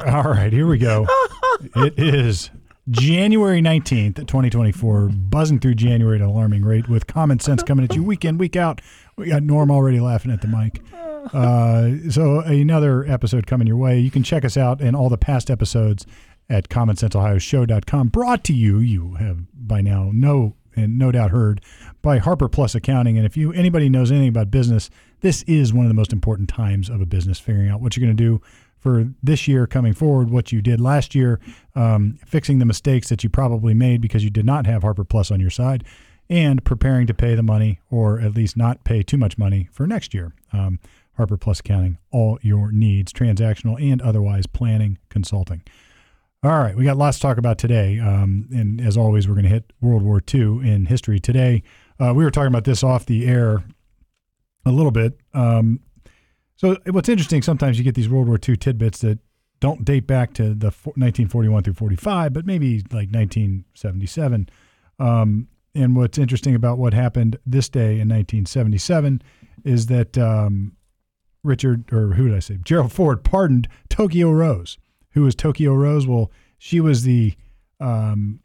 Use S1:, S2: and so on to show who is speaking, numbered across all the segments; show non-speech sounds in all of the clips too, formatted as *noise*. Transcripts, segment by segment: S1: *laughs* All right, here we go. it is January 19th, 2024, buzzing through January at an alarming rate with common sense coming at you week in, week out. We got Norm already laughing at the mic. *laughs* Uh, so, another episode coming your way. You can check us out and all the past episodes at commonsenseohioshow.com. Brought to you, you have by now know and no doubt heard by Harper Plus Accounting. And if you anybody knows anything about business, this is one of the most important times of a business figuring out what you're going to do for this year coming forward, what you did last year, um, fixing the mistakes that you probably made because you did not have Harper Plus on your side, and preparing to pay the money or at least not pay too much money for next year. Um, Harper Plus Accounting, all your needs, transactional and otherwise, planning, consulting. All right, we got lots to talk about today. Um, and as always, we're going to hit World War II in history today. Uh, we were talking about this off the air a little bit. Um, so, what's interesting, sometimes you get these World War II tidbits that don't date back to the fo- 1941 through 45, but maybe like 1977. Um, and what's interesting about what happened this day in 1977 is that um, Richard, or who did I say? Gerald Ford pardoned Tokyo Rose. Who was Tokyo Rose? Well, she was the um,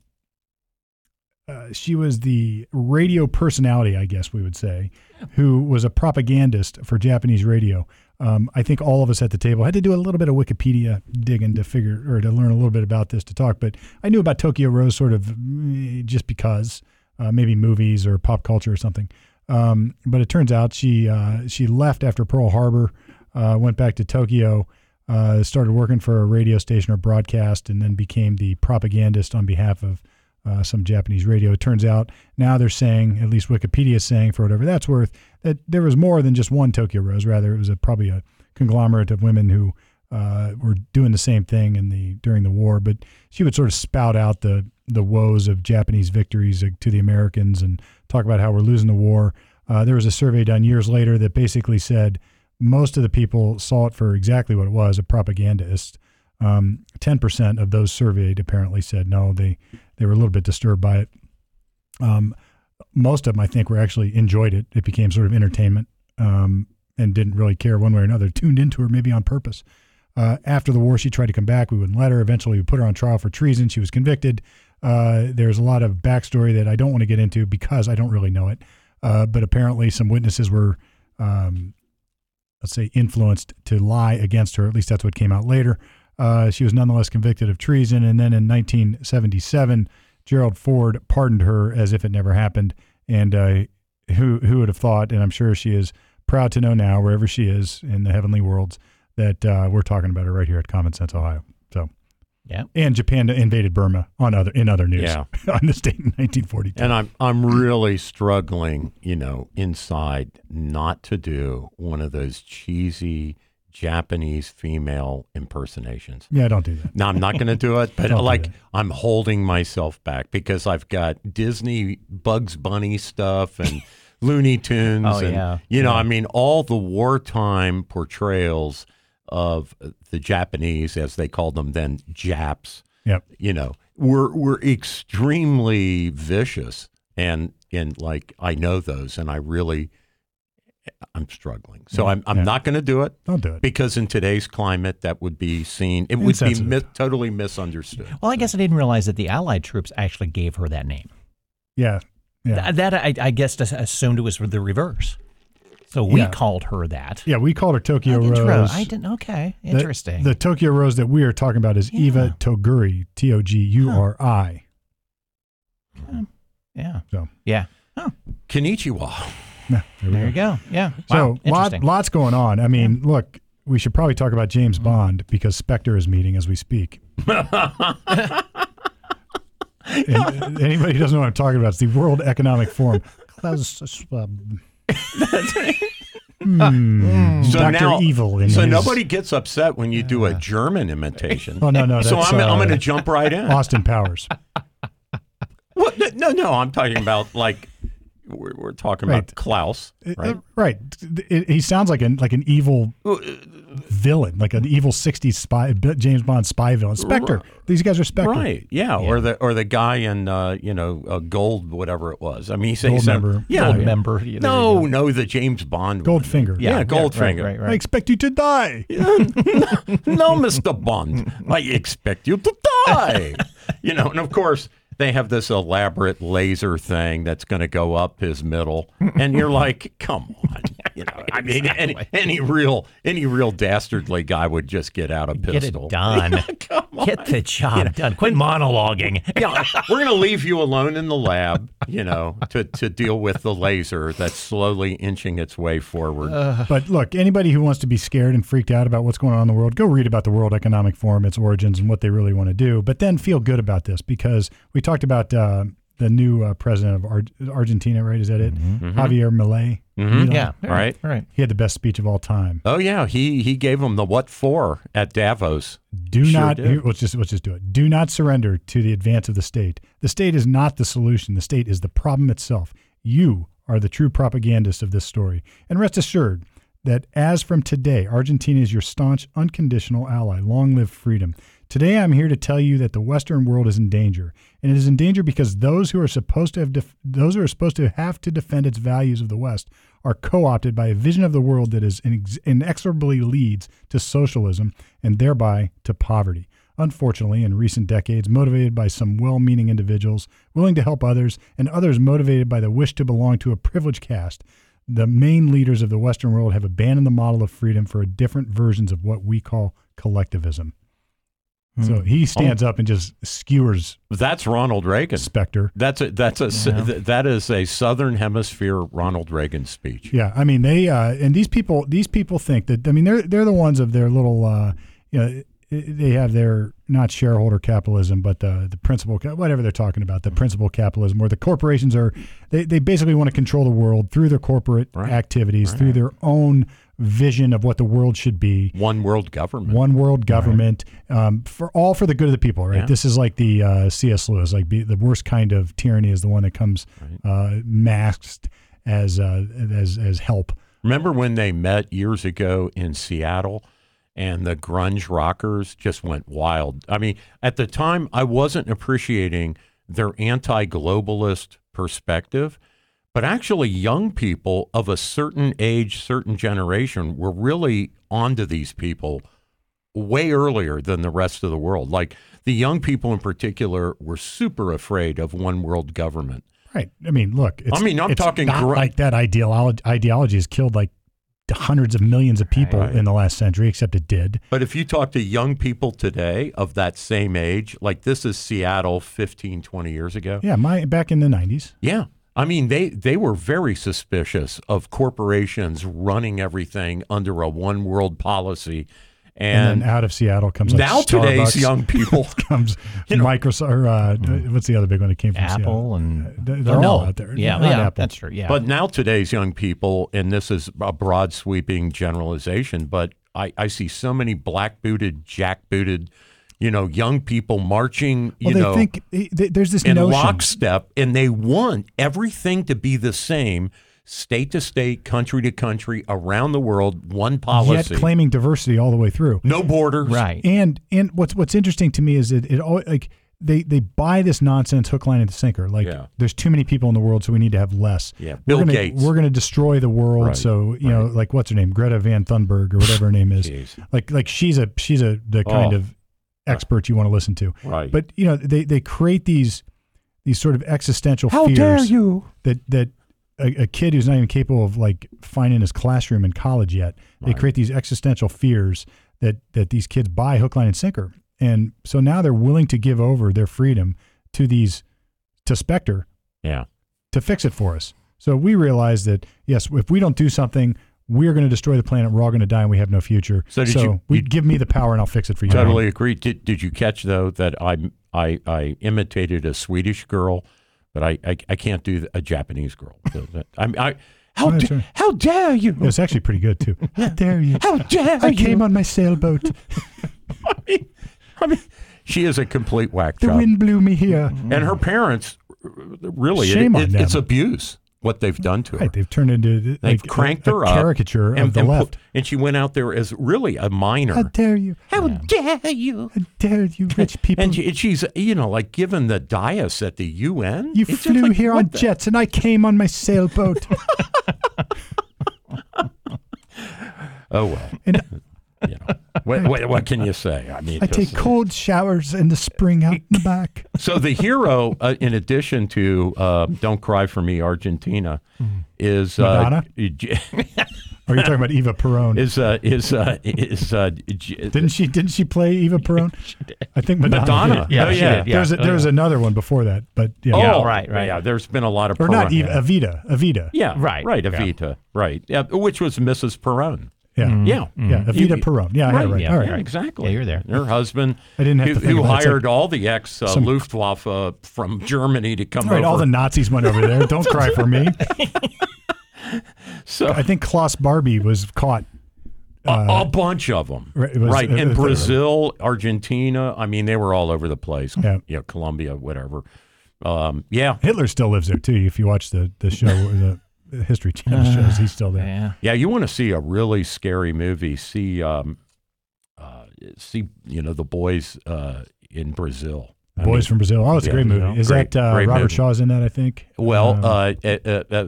S1: uh, she was the radio personality, I guess we would say, who was a propagandist for Japanese radio. Um, I think all of us at the table had to do a little bit of Wikipedia digging to figure or to learn a little bit about this to talk. But I knew about Tokyo Rose sort of eh, just because, uh, maybe movies or pop culture or something. Um, but it turns out she uh, she left after Pearl Harbor, uh, went back to Tokyo, uh, started working for a radio station or broadcast, and then became the propagandist on behalf of uh, some Japanese radio. It turns out now they're saying, at least Wikipedia is saying, for whatever that's worth, that there was more than just one Tokyo Rose. Rather, it was a, probably a conglomerate of women who uh, were doing the same thing in the during the war. But she would sort of spout out the the woes of Japanese victories uh, to the Americans and talk about how we're losing the war. Uh, there was a survey done years later that basically said most of the people saw it for exactly what it was a propagandist. Um, 10% of those surveyed apparently said no, they, they were a little bit disturbed by it. Um, most of them, I think, were actually enjoyed it. It became sort of entertainment um, and didn't really care one way or another, tuned into her maybe on purpose. Uh, after the war, she tried to come back. We wouldn't let her. Eventually, we put her on trial for treason. She was convicted. Uh, there's a lot of backstory that I don't want to get into because I don't really know it. Uh, but apparently, some witnesses were, um, let's say, influenced to lie against her. At least that's what came out later. Uh, she was nonetheless convicted of treason. And then in 1977, Gerald Ford pardoned her as if it never happened. And uh, who who would have thought? And I'm sure she is proud to know now, wherever she is in the heavenly worlds, that uh, we're talking about her right here at Common Sense Ohio. So,
S2: Yeah.
S1: and Japan invaded Burma on other in other news
S2: Yeah.
S1: *laughs* on this date in 1942.
S2: And I'm I'm really struggling, you know, inside not to do one of those cheesy Japanese female impersonations.
S1: Yeah, don't do that.
S2: No, I'm not going to do it, but
S1: Don't do
S2: like
S1: that.
S2: I'm holding myself back because I've got Disney Bugs Bunny stuff and Looney Tunes
S3: Oh,
S2: and
S3: yeah.
S2: you know, I mean all the wartime portrayals of the Japanese as they called them then Japs
S1: Yep.
S2: you know, were were extremely vicious, and and like I know those, and I really, I'm struggling. So I'm I'm
S1: yeah.
S2: not going to do it
S1: Don't do it.
S2: because in today's climate, that would be seen. It would be
S1: Insensitive.
S2: mi- totally misunderstood.
S3: Well, I guess I didn't realize that the Allied troops actually gave her that name.
S1: yeah. Yeah.
S3: Th- that I, I guess just assumed it was the reverse. So we
S1: Yeah.
S3: called her that.
S1: yeah, we called her Tokyo
S3: I didn't re-
S1: Rose.
S3: I didn't. Okay,
S1: The-
S3: interesting.
S1: The, Tokyo Rose that we are talking about is Eva Toguri, T O G U R I.
S3: yeah,
S1: So,
S3: yeah. Oh,
S2: Konnichiwa.
S1: yeah, there we
S3: there
S1: go.
S3: you go. Yeah. Wow.
S1: So, lot,
S3: interesting.
S1: lots going on. I mean, look, we should probably talk about
S3: Mm-hmm.
S1: James Bond because Spectre is meeting as we
S2: *laughs*
S1: speak. And anybody who doesn't know what I'm talking about, it's the World Economic Forum. Klaus Schwab. Hmm,
S2: So
S1: Dr.
S2: now,
S1: Evil. In
S2: so
S1: his-
S2: nobody gets upset when you do a German imitation.
S1: Oh, no, no,
S2: So
S1: that's,
S2: I'm I'm
S1: uh,
S2: going to jump right in.
S1: Austin Powers.
S2: Well, no, no, no, I'm talking about like we're, we're talking
S1: Right. Uh,
S2: about Klaus,
S1: It-
S2: right?
S1: it- right. It- he sounds like an like an evil
S3: uh,
S1: villain, like an evil '60s spy, B- James Bond spy villain, Spectre. These guys are Spectre.
S2: Right, yeah. or the or the guy in uh, you know uh, gold, whatever it was. I mean, he's
S1: Gold
S2: he's a-
S1: member.
S2: yeah,
S3: Gold
S2: yeah.
S3: member, yeah, there
S2: No, no, the James Bond, one.
S1: Goldfinger.
S2: yeah, Goldfinger.
S3: Right, right,
S1: I
S3: right.
S1: expect you to die.
S2: no, Mister Bond, I expect you to die. you know, and of course they have this elaborate laser thing that's going to go up his middle, and you're like, come on. You know, I mean, any, any real any real dastardly guy would just get out a
S3: Get
S2: pistol.
S1: *laughs*
S3: it done. Get the job done. Quit monologuing.
S2: yeah, we're going to leave you alone in the lab, you know, to, to deal with the laser that's slowly inching its way forward.
S1: But look, anybody who wants to be scared and freaked out about what's going on in the world, go read about the World Economic Forum, its origins, and what they really want to do. But then feel good about this because we talked about uh, the new uh, president of Ar- Argentina, right? Is that it?
S2: Mm-hmm.
S1: Javier Milei. Milei?
S3: Mm-hmm. Yeah.
S2: All right.
S3: All right.
S1: He had the best speech of all time.
S2: oh yeah, he he gave him the what for at Davos.
S1: Do not.
S2: did.
S1: Let's just let's just do it. Do not surrender to the advance of the state. The state is not the solution. The state is the problem itself. You are the true propagandist of this story. And rest assured that as from today, Argentina is your staunch, unconditional ally. Long live freedom. Today, I'm here to tell you that the Western world is in danger, and it is in danger because those who are supposed to have def- those who are supposed to have to defend its values of the West are co-opted by a vision of the world that is inex- inexorably leads to socialism and thereby to poverty. Unfortunately, in recent decades, motivated by some well meaning individuals willing to help others, and others motivated by the wish to belong to a privileged caste, the main leaders of the Western world have abandoned the model of freedom for different versions of what we call collectivism. So he stands up and just skewers
S2: That's Ronald Reagan.
S1: Spectre.
S2: That's a that's a th- that is a Southern Hemisphere Ronald Reagan speech.
S1: Yeah, I mean they uh, and these people these people think that I mean they're they're the ones of their little uh, you know they have their not shareholder capitalism but the the principal ca- whatever they're talking about the principal capitalism where the corporations are they, they basically want to control the world through their corporate activities through their own vision of what the world should be
S2: One world government.
S1: one world government um, for all for the good of the people right
S2: Yeah.
S1: this is like the uh, cs lewis like be, the worst kind of tyranny is the one that comes uh, masked as uh, as as help
S2: Remember when they met years ago in Seattle and the grunge rockers just went wild? I mean, at the time, I wasn't appreciating their anti globalist perspective, but actually, young people of a certain age, certain generation were really onto these people way earlier than the rest of the world. Like the young people in particular were super afraid of one world government.
S1: Right. I mean, look. It's,
S2: I mean, I'm
S1: it's
S2: talking
S1: not
S2: gr-
S1: like that ideology. Ideology has killed like hundreds of millions of people in the last century, except it did.
S2: But if you talk to young people today of that same age, like this is Seattle 15, 20 years ago.
S1: Yeah, my back in the '90s.
S2: Yeah. I mean, they, they were very suspicious of corporations running everything under a one world policy.
S1: And,
S2: And,
S1: then out of Seattle comes like
S2: now today's
S1: Starbucks,
S2: young people,
S1: *laughs* comes Microsoft. Or, uh,
S2: Mm.
S1: What's the other big one that came from Seattle?
S3: Apple and
S1: Uh, They're, they're
S3: Oh,
S1: all
S3: no.
S1: out there.
S3: Yeah,
S1: Not
S3: yeah,
S1: Apple.
S3: that's true. Yeah,
S2: but now today's young people, and this is a broad sweeping generalization, but I, I see so many black booted, jack booted, you know, young people marching, you
S1: Well, they
S2: know.
S1: think they, there's this
S2: in
S1: notion.
S2: lockstep, and they want everything to be the same, state to state, country to country, around the world, one
S1: Yet
S2: policy,
S1: claiming diversity all the way through.
S2: no borders.
S3: right.
S1: And and what's what's interesting to me is that it all like they they buy this nonsense hook line and sinker. Like
S2: Yeah.
S1: there's too many people in the world, so we need to have less.
S2: Yeah,
S1: we're
S2: Bill
S1: gonna,
S2: Gates.
S1: We're going to destroy the world.
S2: Right,
S1: so you know, like what's her name, Greta Van Thunberg or whatever her name is.
S2: Jeez.
S1: Like like she's a she's a the kind
S2: Oh.
S1: of expert you want to listen to.
S2: Right.
S1: But you know they they create these these sort of existential fears
S2: you?
S1: that that a, a kid who's not even capable of like finding his classroom in college yet, they create these existential fears that that these kids buy hook, line, and sinker, and so now they're willing to give over their freedom to these to Spectre
S2: Yeah.
S1: to fix it for us. So we realize that yes, if we don't do something, we're going to destroy the planet. We're all going to die, and we have no future.
S2: So did you-
S1: we
S2: you-
S1: give me the power, and I'll fix it for you.
S2: Totally agree. Did, did you catch though that I I I imitated a Swedish girl, but I I, I can't do a Japanese girl. *laughs* So that- I'm- I, how
S1: Right,
S2: da-
S1: sure.
S2: how dare you?
S1: It's actually pretty good
S2: *laughs*
S1: too. How dare you?
S2: How dare
S1: I
S2: you?
S1: came on my sailboat.
S2: I mean, I mean, she is a complete whack
S1: The
S2: job. Mm-hmm.
S1: wind blew me here.
S2: and her parents r- r- really it-
S1: Shame on
S2: it- it's
S1: them.
S2: abuse what they've done to her.
S1: Right, they've turned into uh,
S2: They've
S1: like, a-
S2: cranked
S1: a
S2: her up,
S1: caricature of the
S2: and pu-
S1: left.
S2: and she went out there as really a minor.
S1: How dare you?
S2: How dare you?
S1: How dare
S2: *laughs*
S1: you, rich people?
S2: And she- and she's, you know, like given the dais at the UN.
S1: you
S2: It's just
S1: flew
S2: like,
S1: here
S2: what
S1: on
S2: the-
S1: jets, and I came on my sailboat.
S2: *laughs* Oh well,
S1: *laughs* and
S2: *laughs* you know, what, what, what can you say? I mean,
S1: I
S2: just-
S1: take cold showers in the spring out in the back.
S2: so the hero, uh, in addition to uh, "Don't Cry for Me, Argentina," is uh,
S1: Mm-hmm. Madonna?
S2: J-
S1: *laughs*
S2: *laughs*
S1: Are you talking about Eva Peron?
S2: is uh, is uh, is uh, J-
S1: didn't she? Didn't she play
S2: *laughs*
S1: Eva Peron? I think Madonna.
S2: Madonna.
S1: did.
S3: Yeah,
S2: oh
S3: she
S2: yeah.
S3: did, yeah.
S1: There's a, there was another one before that, but yeah.
S2: Oh,
S3: Yeah, right, right.
S2: Yeah, there's been a lot of
S1: or not
S2: Perron.
S1: Eva, Evita. Evita.
S2: Yeah,
S3: Right,
S2: right.
S3: yeah.
S2: Evita, right. Yeah, which was Mrs. Perron.
S1: Yeah.
S2: Yeah,
S1: Yeah, Evita Peron. Yeah, I had it
S2: Right,
S1: right.
S3: yeah,
S1: All
S2: Yeah,
S1: right.
S2: exactly.
S3: Mm-hmm. Yeah, you're there.
S2: Her husband,
S1: I didn't have
S2: who,
S1: to think
S2: who
S1: about it. It's
S2: hired all the ex uh, Luftwaffe from Germany to come
S1: All right,
S2: over.
S1: all the Nazis went over there.
S2: *laughs*
S1: Don't cry for me.
S2: so
S1: I think Klaus Barbie was caught.
S2: a, a bunch of them,
S1: uh, right,
S2: right?
S1: it was- it
S2: in
S1: was-
S2: Brazil, Argentina. I mean, they were all over the place.
S1: Yeah.
S2: yeah, Colombia, whatever. Um, yeah,
S1: Hitler still lives there too. If you watch the the
S2: *laughs*
S1: show, the the History Channel shows, he's still
S2: Uh,
S1: there.
S3: Yeah.
S2: yeah. You want to see a really scary movie? See, um, uh, see, you know, the boys uh, in Brazil. I
S1: Boys from Brazil. Oh, it's
S2: yeah,
S1: a great
S2: you
S1: movie.
S2: know,
S1: Is
S2: great-
S1: that uh,
S2: great
S1: Robert
S2: movie.
S1: Shaw's in that? I think.
S2: Well,
S1: Um,
S2: uh, uh, uh, uh,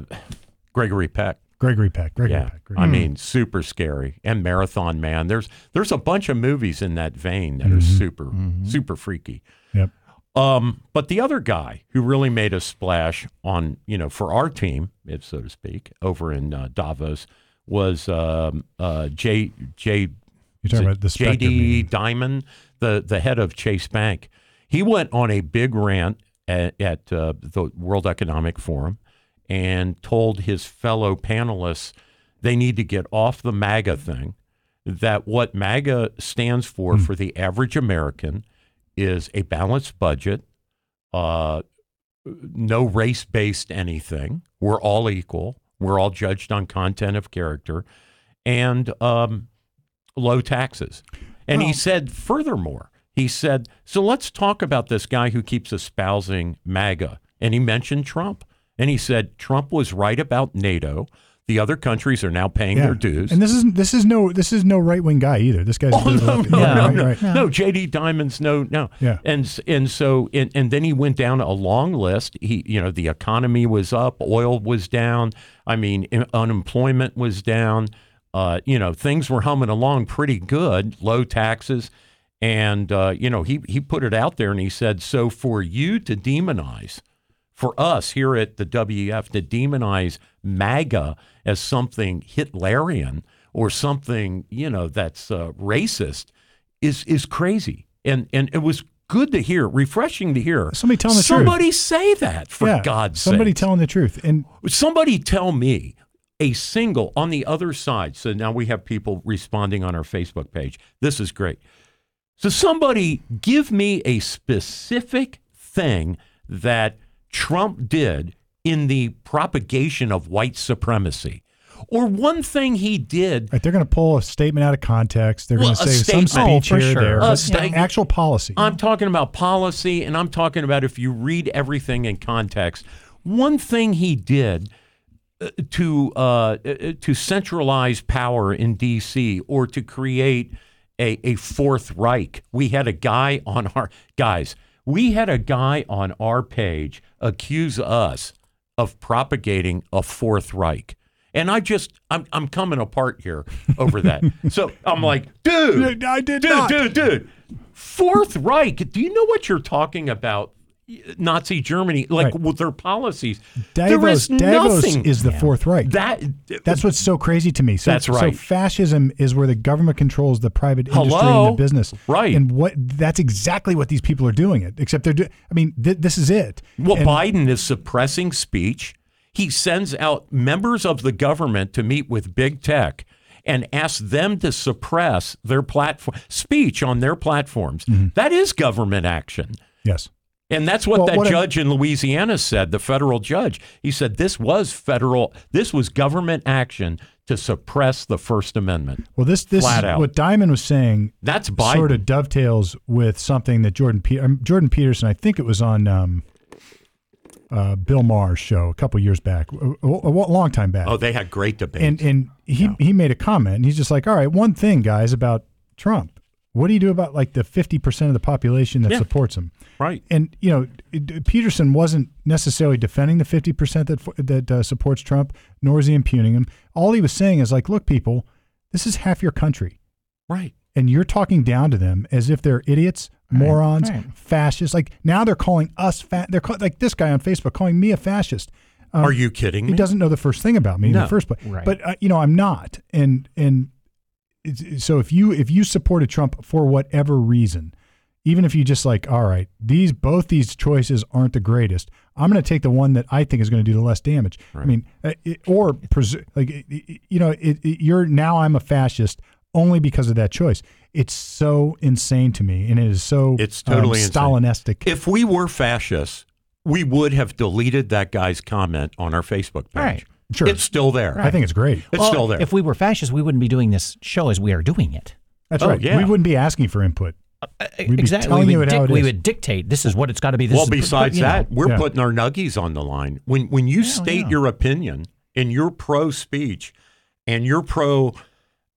S2: Gregory Peck.
S1: Gregory Peck. Gregory
S2: Yeah,
S1: Peck. Gregory
S2: I
S1: Peck.
S2: mean, super scary and Marathon Man. There's there's a bunch of movies in that vein that are super super freaky.
S1: Mm-hmm. Yep.
S2: Um, but the other guy who really made a splash on you know for our team, if so to speak, over in uh, Davos was um, uh, J J
S1: You're talking about the Spectre
S2: J.D.
S1: meeting.
S2: Diamond, the the head of Chase Bank. He went on a big rant at, at uh, the World Economic Forum and told his fellow panelists they need to get off the MAGA thing. That what MAGA stands for
S1: Hmm.
S2: for the average American is a balanced budget, uh, no race based anything. We're all equal. We're all judged on content of character, and um, low taxes. And he said, furthermore, he said, so let's talk about this guy who keeps espousing MAGA. And he mentioned Trump. And he said, Trump was right about NATO. The other countries are now paying
S1: Yeah.
S2: their dues.
S1: And this is this is no this is no right wing guy either. This guy's
S2: Oh, no,
S1: left-
S2: no,
S1: yeah,
S2: no,
S1: right,
S2: no,
S1: right.
S2: no, JD Diamonds, no, no.
S1: Yeah.
S2: And s- and so and, and then he went down a long list. He, you know, the economy was up, oil was down. I mean, in, unemployment was down. Uh, you know, things were humming along pretty good, low taxes, and uh, you know, he he put it out there and he said, so for you to demonize for us here at the WEF to demonize MAGA as something Hitlerian or something you know that's uh, racist is is crazy. And and it was good to hear, refreshing to hear.
S1: Somebody telling the truth.
S2: somebody say that for God's
S1: somebody
S2: sake.
S1: telling the truth. And
S2: Somebody tell me a single on the other side. So now we have people responding on our Facebook page. This is great. So somebody give me a specific thing that Trump did in the propagation of white supremacy. Or one thing he did
S1: right, they're going to pull a statement out of context. They're
S2: Well,
S1: going to
S2: a
S1: say some
S2: statement.
S1: speech
S3: Oh, for
S1: here or
S3: sure.
S1: there,
S2: A
S1: but
S2: statement.
S1: actual policy.
S2: I'm talking about policy, and I'm talking about if you read everything in context. One thing he did uh, to uh, uh, to centralize power in D.C. or to create a, a fourth Reich. We had a guy on our guys. We had a guy on our page accuse us of propagating a fourth Reich. And I just, I'm, I'm coming apart here
S1: *laughs*
S2: over that. so I'm like, dude,
S1: I did
S2: dude,
S1: not.
S2: dude, dude. Fourth Reich. Do you know what you're talking about? Nazi Germany, like
S1: Right.
S2: with their policies. there
S1: Davos,
S2: is
S1: Davos
S2: nothing
S1: is the fourth right.
S2: that.
S1: That's what's so crazy to me. So,
S2: That's
S1: So
S2: right.
S1: fascism is where the government controls the private industry
S2: Hello?
S1: and the business.
S2: Right.
S1: And what that's exactly what these people are doing. It except they're. Do, I mean, th- this is it.
S2: Well,
S1: And-
S2: Biden is suppressing speech. He sends out members of the government to meet with big tech and ask them to suppress their platform speech on their platforms.
S1: Mm-hmm.
S2: That is government action.
S1: yes.
S2: And that's what
S1: Well,
S2: that
S1: what I-
S2: judge in Louisiana said, the federal judge. He said this was federal, this was government action to suppress the First Amendment.
S1: Well, this this
S2: Flat out.
S1: what Diamond was saying
S2: That's Biden.
S1: sort of dovetails with something that Jordan Pe- um, Jordan Peterson, I think it was on um, uh, Bill Maher's show a couple years back, a, a- a long time back.
S2: Oh, they had great debates.
S1: and and he he made a comment. And he's just like, all right, one thing, guys, about Trump. What do you do about like the fifty percent of the population that
S2: Yeah.
S1: supports him?
S2: right.
S1: And you know, it- Peterson wasn't necessarily defending the fifty percent that that uh, supports Trump, nor is he impugning him. All he was saying is like, look, people, this is half your country,
S2: Right.
S1: and you're talking down to them as if they're idiots, morons,
S3: right.
S1: fascists. Like now they're calling us fat. They're call- like this guy on Facebook calling me a fascist. Um,
S2: Are you kidding me?
S1: he doesn't know the first thing about me in
S2: No.
S1: the first place.
S3: Right.
S1: But uh, you know, I'm not, and and it's, it's- so if you if you supported Trump for whatever reason, even if you just like, all right, these both these choices aren't the greatest. I'm going to take the one that I think is going to do the less damage. I mean, uh, it, or presu- like it- it- you know, it, it, you're now I'm a fascist only because of that choice. It's so insane to me, and it is so um,
S2: It's totally insane.
S1: Stalinistic.
S2: If we were fascists, we would have deleted that guy's comment on our Facebook page.
S3: Right.
S1: Sure.
S2: It's still there.
S1: I think it's great.
S2: It's
S3: Well,
S2: still there.
S3: If we were fascists, we wouldn't be doing this show as we are doing it. Uh,
S1: That's
S2: Oh,
S1: right.
S2: yeah.
S1: We wouldn't be asking for input. be
S3: exactly.
S1: telling
S3: we,
S1: you
S3: would
S1: it how it
S3: we
S1: is.
S3: would dictate this is what it's got to be. This
S2: well,
S3: is,
S2: besides
S3: you know.
S2: that, we're
S1: Yeah.
S2: putting our nuggies on the line. When when you state your opinion and you're pro speech and you're pro,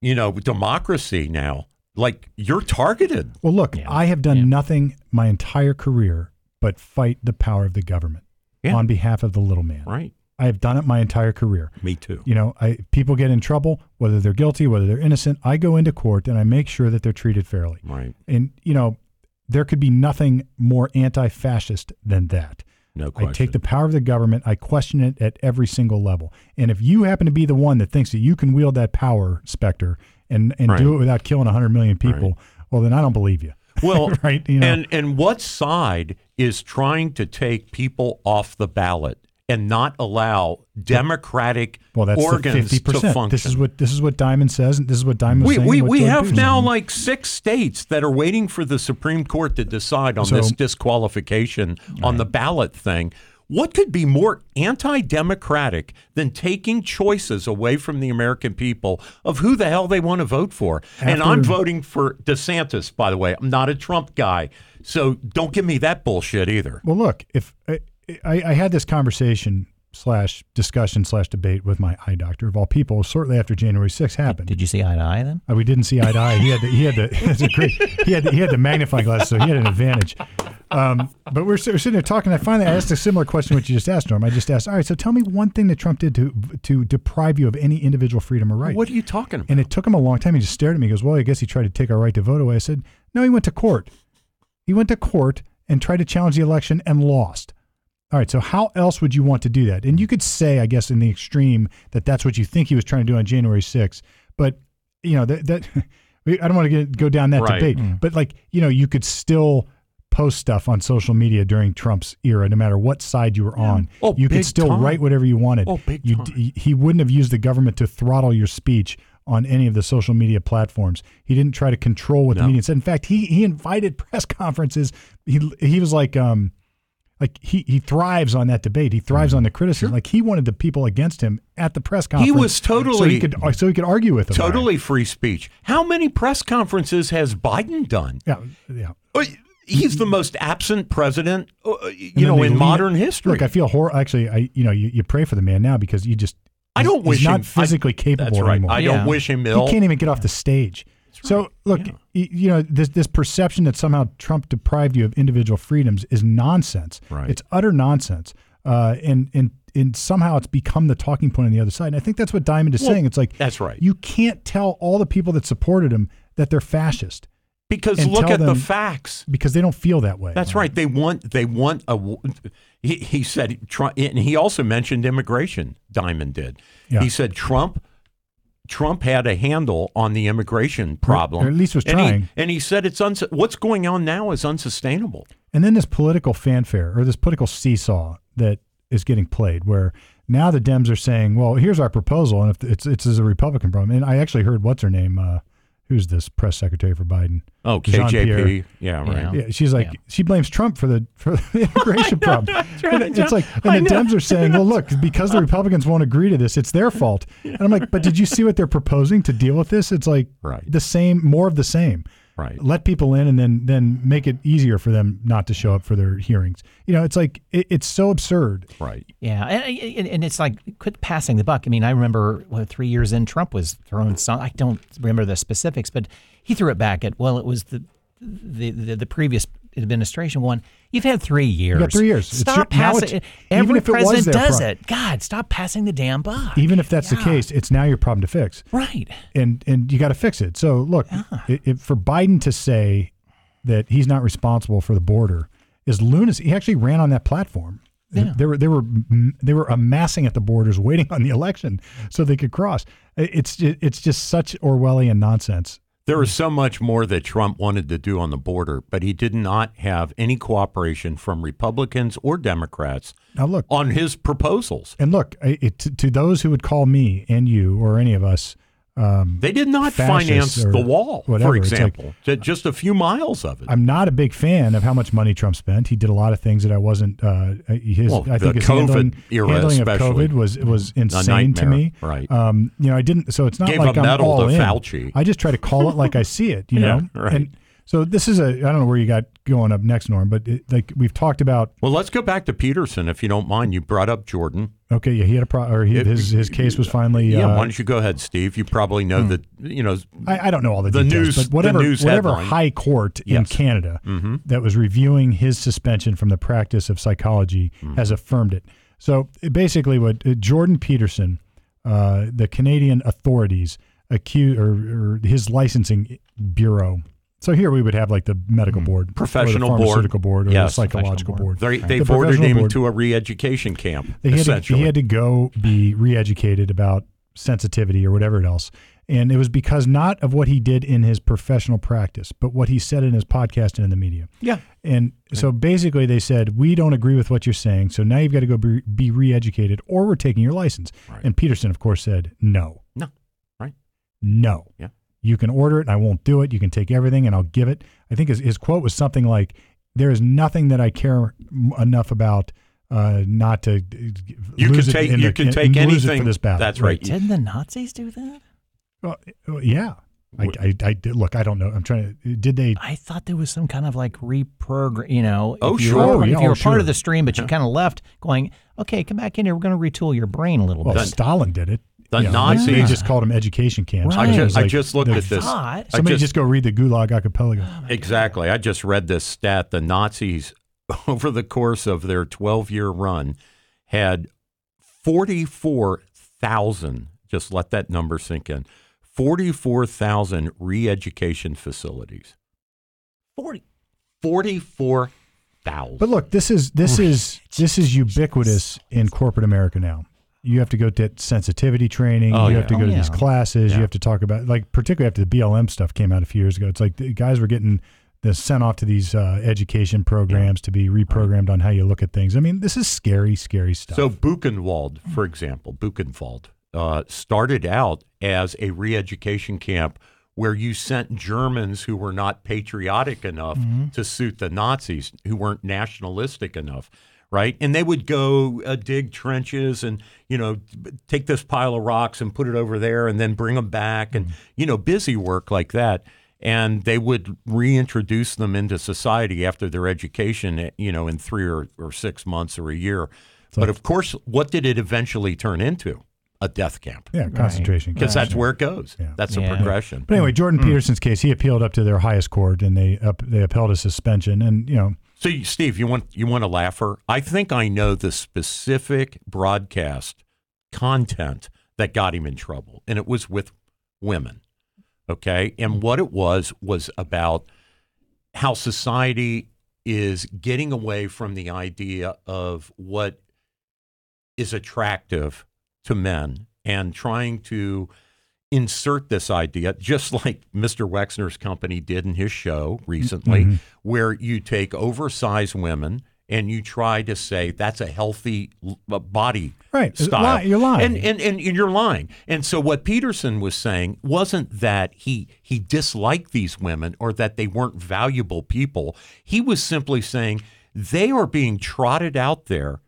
S2: you know, democracy now, like you're targeted.
S1: Well, look, I have done nothing my entire career but fight the power of the government
S2: Yeah.
S1: on behalf of the little man.
S2: Right.
S1: I have done it my entire career.
S2: Me too.
S1: You know, I, people get in trouble, whether they're guilty, whether they're innocent. I go into court and I make sure that they're treated fairly.
S2: Right.
S1: And, you know, there could be nothing more anti fascist than that.
S2: No question.
S1: I take the *laughs* power of the government, I question it at every single level. And if you happen to be the one that thinks that you can wield that power specter and, and do
S2: Right.
S1: it without killing 100 million people, well, then I don't believe you.
S2: Well,
S1: *laughs* Right, you know.
S2: and and what side is trying to take people off the ballot and not allow democratic
S1: Well, that's
S2: organs
S1: the
S2: to
S1: 50%.
S2: function?
S1: This is what this is what Diamond says, and this is what Diamond.
S2: we
S1: saying,
S2: we,
S1: what
S2: we
S1: George
S2: have
S1: Bush
S2: now
S1: is.
S2: like six states that are waiting for the Supreme Court to decide on
S1: So-
S2: this disqualification on the ballot thing. What could be more anti-democratic than taking choices away from the American people of who the hell they want to vote for? and I'm voting for DeSantis, by the way. I'm not a Trump guy, so don't give me that bullshit either.
S1: Well, look, if I, I, I had this conversation slash discussion slash debate with my eye doctor of all people shortly after January 6th happened.
S3: Did you see eye to eye then?
S1: Uh, we didn't see eye to eye. He had the, he had the *laughs* that's a great, he had the, he had the magnifying glass, so he had an advantage. Um, but we're, sit- we're sitting there talking. I finally I asked a similar question, which you just asked, Norm. I just asked, all right, so tell me one thing that Trump did to to deprive you of any individual freedom or right.
S2: What are you talking about?
S1: And it took him a long time. He just stared at me. He goes, Well, I guess he tried to take our right to vote away. I said, No, he went to court. He went to court and tried to challenge the election and lost. All right, so how else would you want to do that? And you could say, I guess, in the extreme, that that's what you think he was trying to do on January 6th. But, you know, that, *laughs* that we- I don't want to get, go down that
S2: Right.
S1: debate. But, like, you know, you could still post stuff on social media during Trump's era, no matter what side you were on.
S2: Oh,
S1: you
S2: big
S1: could still
S2: time.
S1: write whatever you wanted.
S2: Oh, big
S1: You-
S2: time.
S1: he- he wouldn't have used the government to throttle your speech on any of the social media platforms. He didn't try to control what the
S2: No.
S1: media said. In fact, he he invited *laughs* press conferences. He he was like um like he he thrives on that debate. He
S2: Mm-hmm.
S1: thrives on the criticism. Like he wanted the people against him at the press conference.
S2: was
S1: so
S2: totally-
S1: he could uh, so he could argue with them.
S2: Totally free speech. How many press conferences has Biden done?
S1: Yeah. Yeah.
S2: Uh, He's the most absent president, uh,
S1: And
S2: you
S1: then
S2: know,
S1: they
S2: in
S1: lean-
S2: modern history.
S1: Look, I feel horrible. Actually, I you know you, you pray for the man now because you just
S2: I don't
S1: he's
S2: wish him
S1: not physically
S2: I,
S1: capable
S2: That's right.
S1: anymore.
S2: I
S3: Yeah.
S2: don't wish him ill.
S1: He can't even get off the stage. So look,
S2: yeah.
S1: y- you know this this perception that somehow Trump deprived you of individual freedoms is nonsense.
S2: Right.
S1: It's utter nonsense. Uh, and and and somehow it's become the talking point on the other side. And I think that's what Diamond is
S2: Well,
S1: saying. It's like
S2: that's right.
S1: You can't tell all the people that supported him that they're fascist
S2: because
S1: and
S2: look
S1: tell
S2: at the
S1: them-
S2: facts.
S1: because they don't feel that way.
S2: That's right. They want. They want a. w- He, he said. Trump, and he also mentioned immigration. Diamond did.
S1: Yeah.
S2: He said Trump. Trump had a handle on the immigration problem,
S1: or at least was
S2: and he-
S1: trying.
S2: and he said it's uns- what's going on now is unsustainable.
S1: And then this political fanfare or this political seesaw that is getting played, where now the Dems are saying, "Well, here's our proposal," and if it's it's as a Republican problem. And I actually heard what's her name, uh, who's this press secretary for Biden?
S2: Oh,
S1: Jean-Pierre.
S2: KJP. Yeah, right.
S1: Yeah, she's like she blames Trump for the for
S2: *laughs*
S1: the immigration problem. And it's like,
S2: I
S1: and the
S2: know.
S1: Dems are saying, "Well,
S2: *laughs*
S1: look, because the Republicans won't agree to this, it's their fault." And I'm like, "But did you see what they're proposing to deal with this? It's like
S2: Right.
S1: the same, more of the same."
S2: Right.
S1: let people in and then then make it easier for them not to show up for their hearings. You know, it's like it, it's so absurd.
S2: Right.
S3: Yeah, and, and- and it's like quit passing the buck. I mean, I remember well, three years in, Trump was throwing some. I don't remember the specifics, but he threw it back at well, it was the the the, the previous administration one. You've had three years.
S1: got three years. It's your-
S3: Stop
S1: now
S3: passing.
S1: it's- even
S3: Every
S1: if it was
S3: president
S1: their
S3: does
S1: pro-
S3: it. God, stop passing the damn buck.
S1: Even if that's the
S3: Yeah.
S1: case, it's now your problem to fix.
S3: Right.
S1: and and you got to fix it. So look, i if for Biden to say that he's not responsible for the border is lunacy. He actually ran on that platform.
S3: Yeah.
S1: They were they were they were amassing at the borders, waiting on the election so they could cross. I- It's ju- it's just such Orwellian nonsense.
S2: There
S1: Mm.
S2: was so much more that Trump wanted to do on the border, but he did not have any cooperation from Republicans or Democrats
S1: Now look
S2: on his proposals.
S1: and look I- it, to, to those who would call me and you or any of us. Um,
S2: They did not
S1: Fascists
S2: finance
S1: or
S2: the wall,
S1: whatever.
S2: for
S1: It's like- uh,
S2: example, ju- just a few miles of it.
S1: I'm not a big fan of how much money Trump spent. He did a lot of things that I wasn't. Uh, his,
S2: Well,
S1: I think
S2: the
S1: his handling,
S2: COVID era
S1: handling of
S2: especially.
S1: COVID was was insane to
S2: nightmare,
S1: me.
S2: right.
S1: Um, you know, I didn't. So it's not
S2: Gave
S1: like
S2: a
S1: I'm
S2: medal
S1: all
S2: to
S1: in.
S2: Fauci.
S1: I just try to call it like I see
S2: *laughs*
S1: it. You
S2: Yeah,
S1: know.
S2: right.
S1: And so this is a. I don't know where you got going up next, Norm, but it, like we've talked about.
S2: well, let's go back to Peterson, if you don't mind. You brought up Jordan.
S1: Okay, yeah, he had a pro, or he,
S2: It-
S1: his his case was finally.
S2: yeah,
S1: uh,
S2: why don't you go ahead, Steve? You probably
S1: Hmm.
S2: know that, you know,
S1: I, I don't know all the,
S2: The
S1: details,
S2: news-
S1: but
S2: the
S1: whatever,
S2: news
S1: whatever
S2: headline.
S1: high court in
S2: Yes. Mm-hmm.
S1: Canada that was reviewing his suspension from the practice of psychology
S2: Mm.
S1: has affirmed it. So uh, basically, what uh, Jordan Peterson, uh, the Canadian authorities accuse or, or his licensing bureau. So here we would have like the medical board, or
S2: Mm. Professional
S1: the
S2: board.
S1: pharmaceutical board, or
S2: Yes,
S1: the psychological board.
S2: they, they've
S1: The
S2: ordered
S1: professional
S2: him
S1: board.
S2: to a re education camp,
S1: They had, to,
S2: essentially.
S1: he had to go be re-educated about sensitivity or whatever else. And it was because not of what he did in his professional practice, but what he said in his podcast and in the media.
S2: yeah.
S1: And so basically, they said, We don't agree with what you're saying. So now you've got to go be, be re educated or we're taking your license.
S2: Right.
S1: And Peterson, of course, said, No,
S2: No. Right.
S1: no.
S2: Yeah.
S1: You can order it and I won't do it. You can take everything and I'll give it. I think his, his quote was something like, There is nothing that I care m- enough about. Uh, not to uh,
S2: You
S1: lose
S2: can
S1: it
S2: take
S1: in
S2: you
S1: the-
S2: can
S1: in-
S2: take
S1: lose it
S2: anything.
S1: for this battle.
S2: That's right.
S3: Didn't the Nazis do that?
S1: Well, uh, yeah, I, I, I did, look. I don't know. I'm trying to. Did they?
S3: I thought there was some kind of like reprogram, you know.
S2: Oh,
S3: if you
S2: sure.
S3: Were,
S1: Oh,
S3: if
S1: yeah,
S3: you
S1: oh,
S3: were part
S1: sure.
S3: of the stream, but you kind of left going, okay, come back in here. We're going to retool your brain a little
S1: Well,
S3: bit.
S1: Stalin did it.
S2: the
S1: You know,
S2: Nazis-
S1: They just called them education camps.
S3: Right.
S2: I
S1: It
S2: just,
S1: was
S2: I
S1: like
S2: just looked
S1: the-
S2: at this.
S3: thought-
S2: I
S1: Somebody
S2: just-
S1: just, go read the Gulag Archipelago.
S2: Exactly. I just read this stat. The Nazis, *laughs* over the course of their 12 year run, had 44,000, just let that number sink in, 44,000 re education facilities.
S3: 40.
S2: 44,000.
S1: But look, this is this is this is ubiquitous in corporate America now. You have to go to sensitivity training.
S2: Oh,
S1: you
S2: yeah.
S1: have to go
S3: Oh,
S1: to these
S3: yeah.
S1: classes.
S2: Yeah.
S1: You have to talk about like particularly after the BLM stuff came out a few years ago. It's like the guys were getting the sent off to these uh, education programs to be reprogrammed on how you look at things. I mean, this is scary, scary stuff.
S2: So Buchenwald, for example, Buchenwald uh, started out as a re-education camp where you sent Germans who were not patriotic enough to suit the Nazis, who weren't nationalistic enough, right? And they would go uh, dig trenches and you know b- take this pile of rocks and put it over there, and then bring them back, and you know busy work like that. And they would reintroduce them into society after their education, eh, you know, in three or, or six months or a year but of course, what did it eventually turn into? A death camp.
S1: yeah, concentration
S2: Because
S1: camps.
S2: that's where Mm. it goes. That's the
S3: Yeah.
S2: progression.
S1: But anyway, Jordan Peterson's case, he appealed up to their highest court, and they up, they upheld his suspension. And you know,
S2: So, you- Steve, you want you want a laugher? I think I know the specific broadcast content that got him in trouble, and it was with women. Okay, and what it was was about how society is getting away from the idea of what is attractive to men and trying to insert this idea, just like Mr. Wexner's company did in his show recently, where you take oversized women and you try to say that's a healthy l- b- body
S1: Right. Li-
S2: style.
S1: you're lying.
S2: And, and and and you're lying. And so what Peterson was saying wasn't that he he disliked these women or that they weren't valuable people. He was simply saying they are being trotted out there,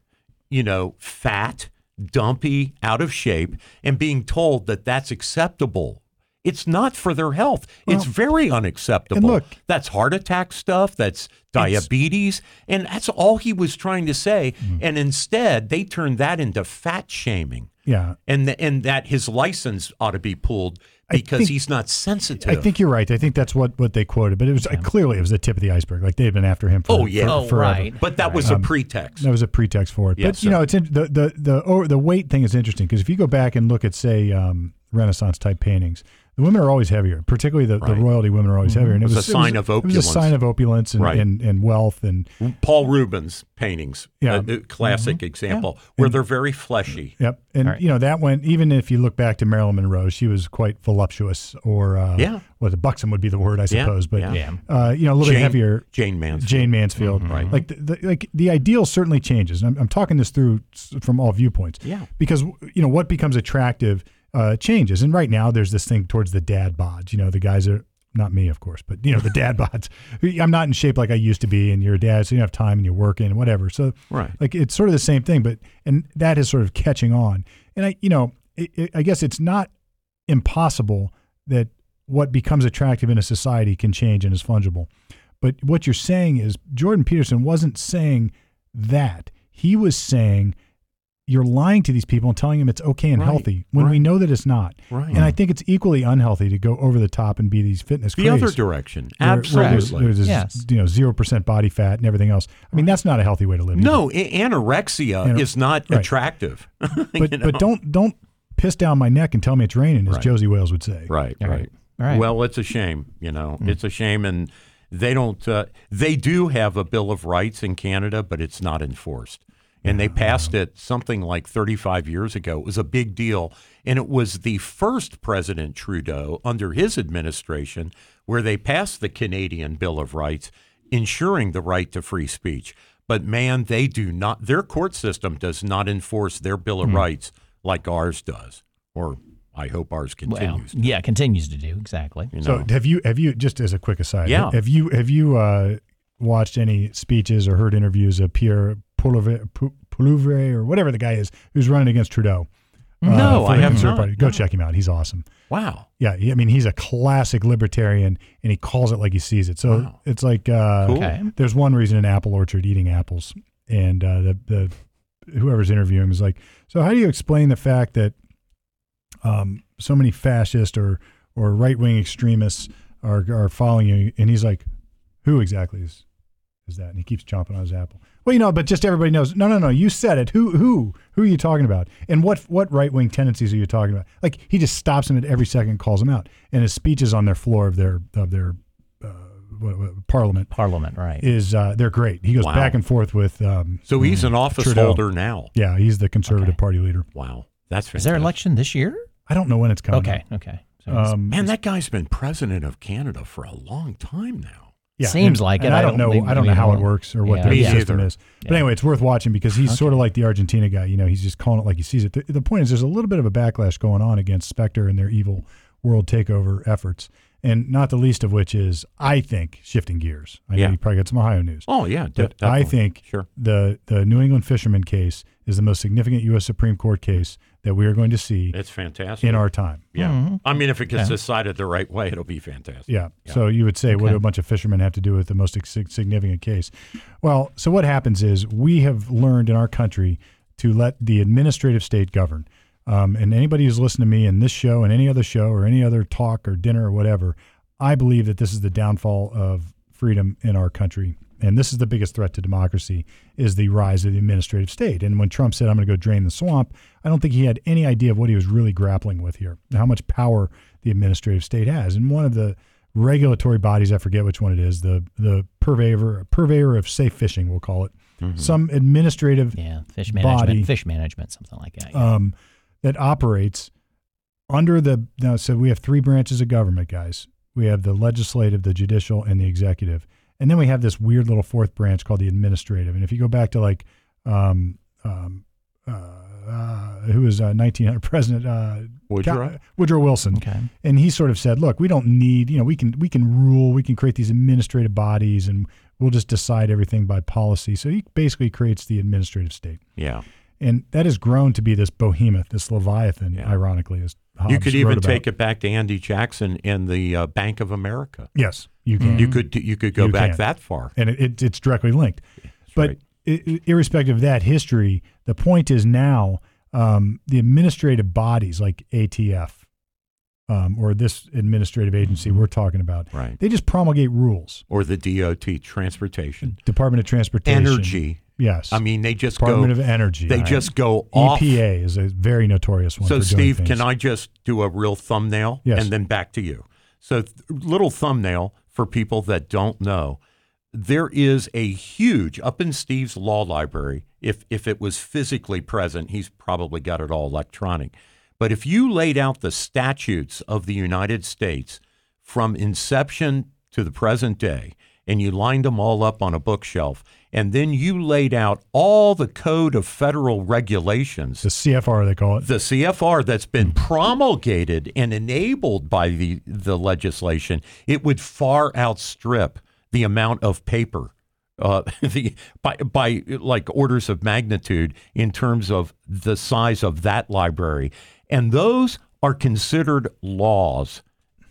S2: you know, fat, dumpy, out of shape, and being told that that's acceptable. It's not for their health. it's very unacceptable.
S1: look-
S2: that's heart attack stuff. That's diabetes, and that's all he was trying to say.
S1: Mm-hmm.
S2: And instead, they turned that into fat shaming,
S1: Yeah.
S2: and th- and that his license ought to be pulled because
S1: think-
S2: he's not sensitive.
S1: I think you're right. I think that's what, what they quoted, but it was clearly it was the tip of the iceberg. Like they had been after him for
S2: Oh, yeah.
S1: for- Um,
S3: Oh,
S1: forever.
S3: right.
S2: but that was a pretext.
S1: That was a pretext for it. but
S2: Yes,
S1: you
S2: sir.
S1: know, it's in, the the the or, the weight thing is interesting because if you go back and look at say um, Renaissance type paintings, the women are always heavier. Particularly the,
S2: Right.
S1: the royalty women are always heavier. And it
S2: It's
S1: was,
S2: a
S1: it was-
S2: sign of
S1: It was a
S2: opulence.
S1: sign of opulence and,
S2: Right.
S1: and, and wealth and
S2: Paul Rubens paintings,
S1: Yeah. Mm-hmm.
S2: a, a classic example, where they're very fleshy.
S1: Yep. And
S3: Right.
S1: you know that went even if you look back to Marilyn Monroe, she was quite voluptuous or uh
S2: Yeah.
S1: well the buxom would be the word I
S2: Yeah,
S1: suppose, but
S2: yeah.
S3: Yeah.
S1: uh you know a little bit
S2: Jane,
S1: heavier
S2: Jane Mansfield. Mm-hmm.
S1: Jane Mansfield.
S2: Right.
S1: Like the, the like the ideal certainly changes. And I'm, I'm talking this through s- from all viewpoints.
S2: Yeah.
S1: Because you know what becomes attractive uh, changes, and right now there's this thing towards the dad bods. You know the guys are not me, of course, but you
S2: *laughs*
S1: know the dad bods. I'm not in shape like I used to be, and you're a dad, so you don't have time, and you're working, and whatever. So
S2: Right.
S1: like it's sort of the same thing, but and that is sort of catching on. And I you know it, it, I guess it's not impossible that what becomes attractive in a society can change and is fungible. But what you're saying is Jordan Peterson wasn't saying that. He was saying you're lying to these people and telling them it's okay and
S2: Right,
S1: healthy when we
S2: right.
S1: know that it's not.
S2: Right.
S1: And I think it's equally unhealthy to go over the top and be these fitness
S2: The
S1: craze
S2: other direction.
S1: where- where
S2: Absolutely.
S1: there's- there's this,
S3: Yes.
S1: you know zero percent body fat and everything else. I mean that's not a healthy way to live. either.
S2: no, a- anorexia
S1: Anor-
S2: is not
S1: right.
S2: attractive. *laughs*
S1: but but don't don't piss down my neck and tell me it's raining, as
S2: Right.
S1: Josie Wales would say.
S2: Right,
S3: All
S2: right.
S3: right. All right. Mm.
S2: Well, it's a shame, you know. It's a shame and they don't uh, they do have a bill of rights in Canada, but it's not enforced. And they passed it something like 35 years ago. It was a big deal and it was the first president Trudeau under his administration where they passed the Canadian Bill of Rights ensuring the right to free speech. But man, they do not their court system does not enforce their bill
S3: Hmm.
S2: of rights like ours does or I hope ours
S3: Well,
S2: continues.
S3: yeah, continues to do exactly.
S2: You
S1: So
S2: know.
S1: have you have you just as a quick aside?
S2: Yeah.
S1: Have you have you uh, watched any speeches or heard interviews of Pierre Poilievre Pou- Poilievre or whatever the guy is who's running against Trudeau? uh,
S2: No,
S1: for
S2: I
S1: the
S2: have
S1: Conservative
S2: not,
S1: Party? Go check him out. He's awesome.
S2: wow.
S1: Yeah, he- I mean he's a classic libertarian, and he calls it like he sees it. So
S2: Wow.
S1: it's like uh,
S2: Cool.
S3: Okay.
S1: there's one reason an apple orchard eating apples, and uh, the the whoever's interviewing him is like, so how do you explain the fact that um, so many fascist or or right wing extremists are are following you? And he's like, who exactly is is that? And he keeps chomping on his apple. Well, you know, but just everybody knows. No, no, no. You said it. Who who who are you talking about? And what what right wing tendencies are you talking about? Like he just stops him at every second, and calls him out, and his speeches on their floor of their of their uh, what, what, parliament
S3: Parliament, right?
S1: is uh, they're great. He goes
S2: Wow.
S1: back and forth with um,
S2: So he's an office
S1: Trudeau.
S2: holder now.
S1: yeah, he's the Conservative
S3: Okay.
S1: Party leader.
S2: Wow. That's fantastic.
S3: Is there an election this year?
S1: I don't know when it's coming.
S3: Okay, okay. So
S2: Uh,
S3: it's-
S1: Um,
S2: Man, that guy's been president of Canada for a long time now.
S1: yeah,
S3: seems
S1: and-
S3: like it.
S1: and I
S3: I
S1: don't
S3: don't
S1: know.
S3: believe
S1: I don't know
S3: him
S1: how it
S3: at all.
S1: works or what
S3: Yeah.
S1: their
S2: Me
S1: system
S2: either.
S1: is. But
S3: Yeah.
S1: anyway, it's worth watching because he's sort of like the Argentina guy. You know, he's just calling it like he sees it. The, the point is, there's a little bit of a backlash going on against Spectre and their evil world takeover efforts, and not the least of which is, I think, shifting gears. I
S2: Yeah.
S1: know you probably got some Ohio news.
S2: Oh, yeah. de-
S1: But I
S2: definitely.
S1: think
S2: Sure.
S1: the the New England fisherman case is the most significant U.S. Supreme Court case that we are going to see
S2: It's fantastic.
S1: in our time.
S2: yeah. I mean, if it gets
S3: Okay.
S2: decided the right way, it'll be fantastic.
S1: Yeah. So you would say, what do a bunch of fishermen have to do with the most sig- significant case? Well, so what happens is we have learned in our country to let the administrative state govern. Um, and anybody who's listened to me in this show and any other show or any other talk or dinner or whatever, I believe that this is the downfall of freedom in our country. And this is the biggest threat to democracy is the rise of the administrative state. And when Trump said, I'm going to go drain the swamp, I don't think he had any idea of what he was really grappling with here, how much power the administrative state has. And one of the regulatory bodies, I forget which one it is, the the purveyor purveyor of safe fishing, we'll call it, some administrative
S3: yeah, fish management,
S1: body-
S3: fish management, something like that.
S2: Uh,
S3: yeah.
S1: um, that operates under the now. So we have three branches of government, guys. We have the legislative, the judicial, and the executive, and then we have this weird little fourth branch called the administrative. And if you go back to like, um, um, uh, uh, who was uh, 1900 *laughs* President uh,
S2: Woodrow?
S1: Ca- Woodrow Wilson,
S3: okay.
S1: and he sort of said, "Look, we don't need you know we can we can rule, we can create these administrative bodies, and we'll just decide everything by policy." So he basically creates the administrative state
S2: Yeah.
S1: and that has grown to be this behemoth, this leviathan.
S2: Yeah.
S1: Ironically, as
S2: you
S1: Hobbes
S2: could
S1: wrote
S2: even
S1: about.
S2: take it back to Andy Jackson and the uh, Bank of America.
S1: Yes, you can.
S2: You could you could go
S1: Mm. You
S2: back
S1: can.
S2: that far.
S1: and it, it, it's directly linked. but
S2: right.
S1: i- i- irrespective of that history, the point is now um, the administrative bodies like ATF um, or this administrative agency we're talking about,
S2: Right.
S1: they just promulgate rules.
S2: Or the DOT, transportation,
S1: Department of Transportation,
S2: energy.
S1: yes,
S2: I mean, they just
S1: Department
S2: go.
S1: of Energy.
S2: They
S1: right?
S2: just go off.
S1: EPA is a very notorious one. for
S2: So,
S1: doing
S2: Steve,
S1: things.
S2: can I just do a real thumbnail
S1: Yes.
S2: and then back to you? So, th- little thumbnail for people that don't know. There is a huge up in Steve's law library. If if it was physically present, he's probably got it all electronic. But if you laid out the statutes of the United States from inception to the present day, and you lined them all up on a bookshelf, and then you laid out all the code of federal regulations
S1: The CFR they call it.
S2: the CFR that's been promulgated and enabled by the, the legislation, it would far outstrip the amount of paper uh, *laughs* the, by, by like orders of magnitude in terms of the size of that library. And those are considered laws.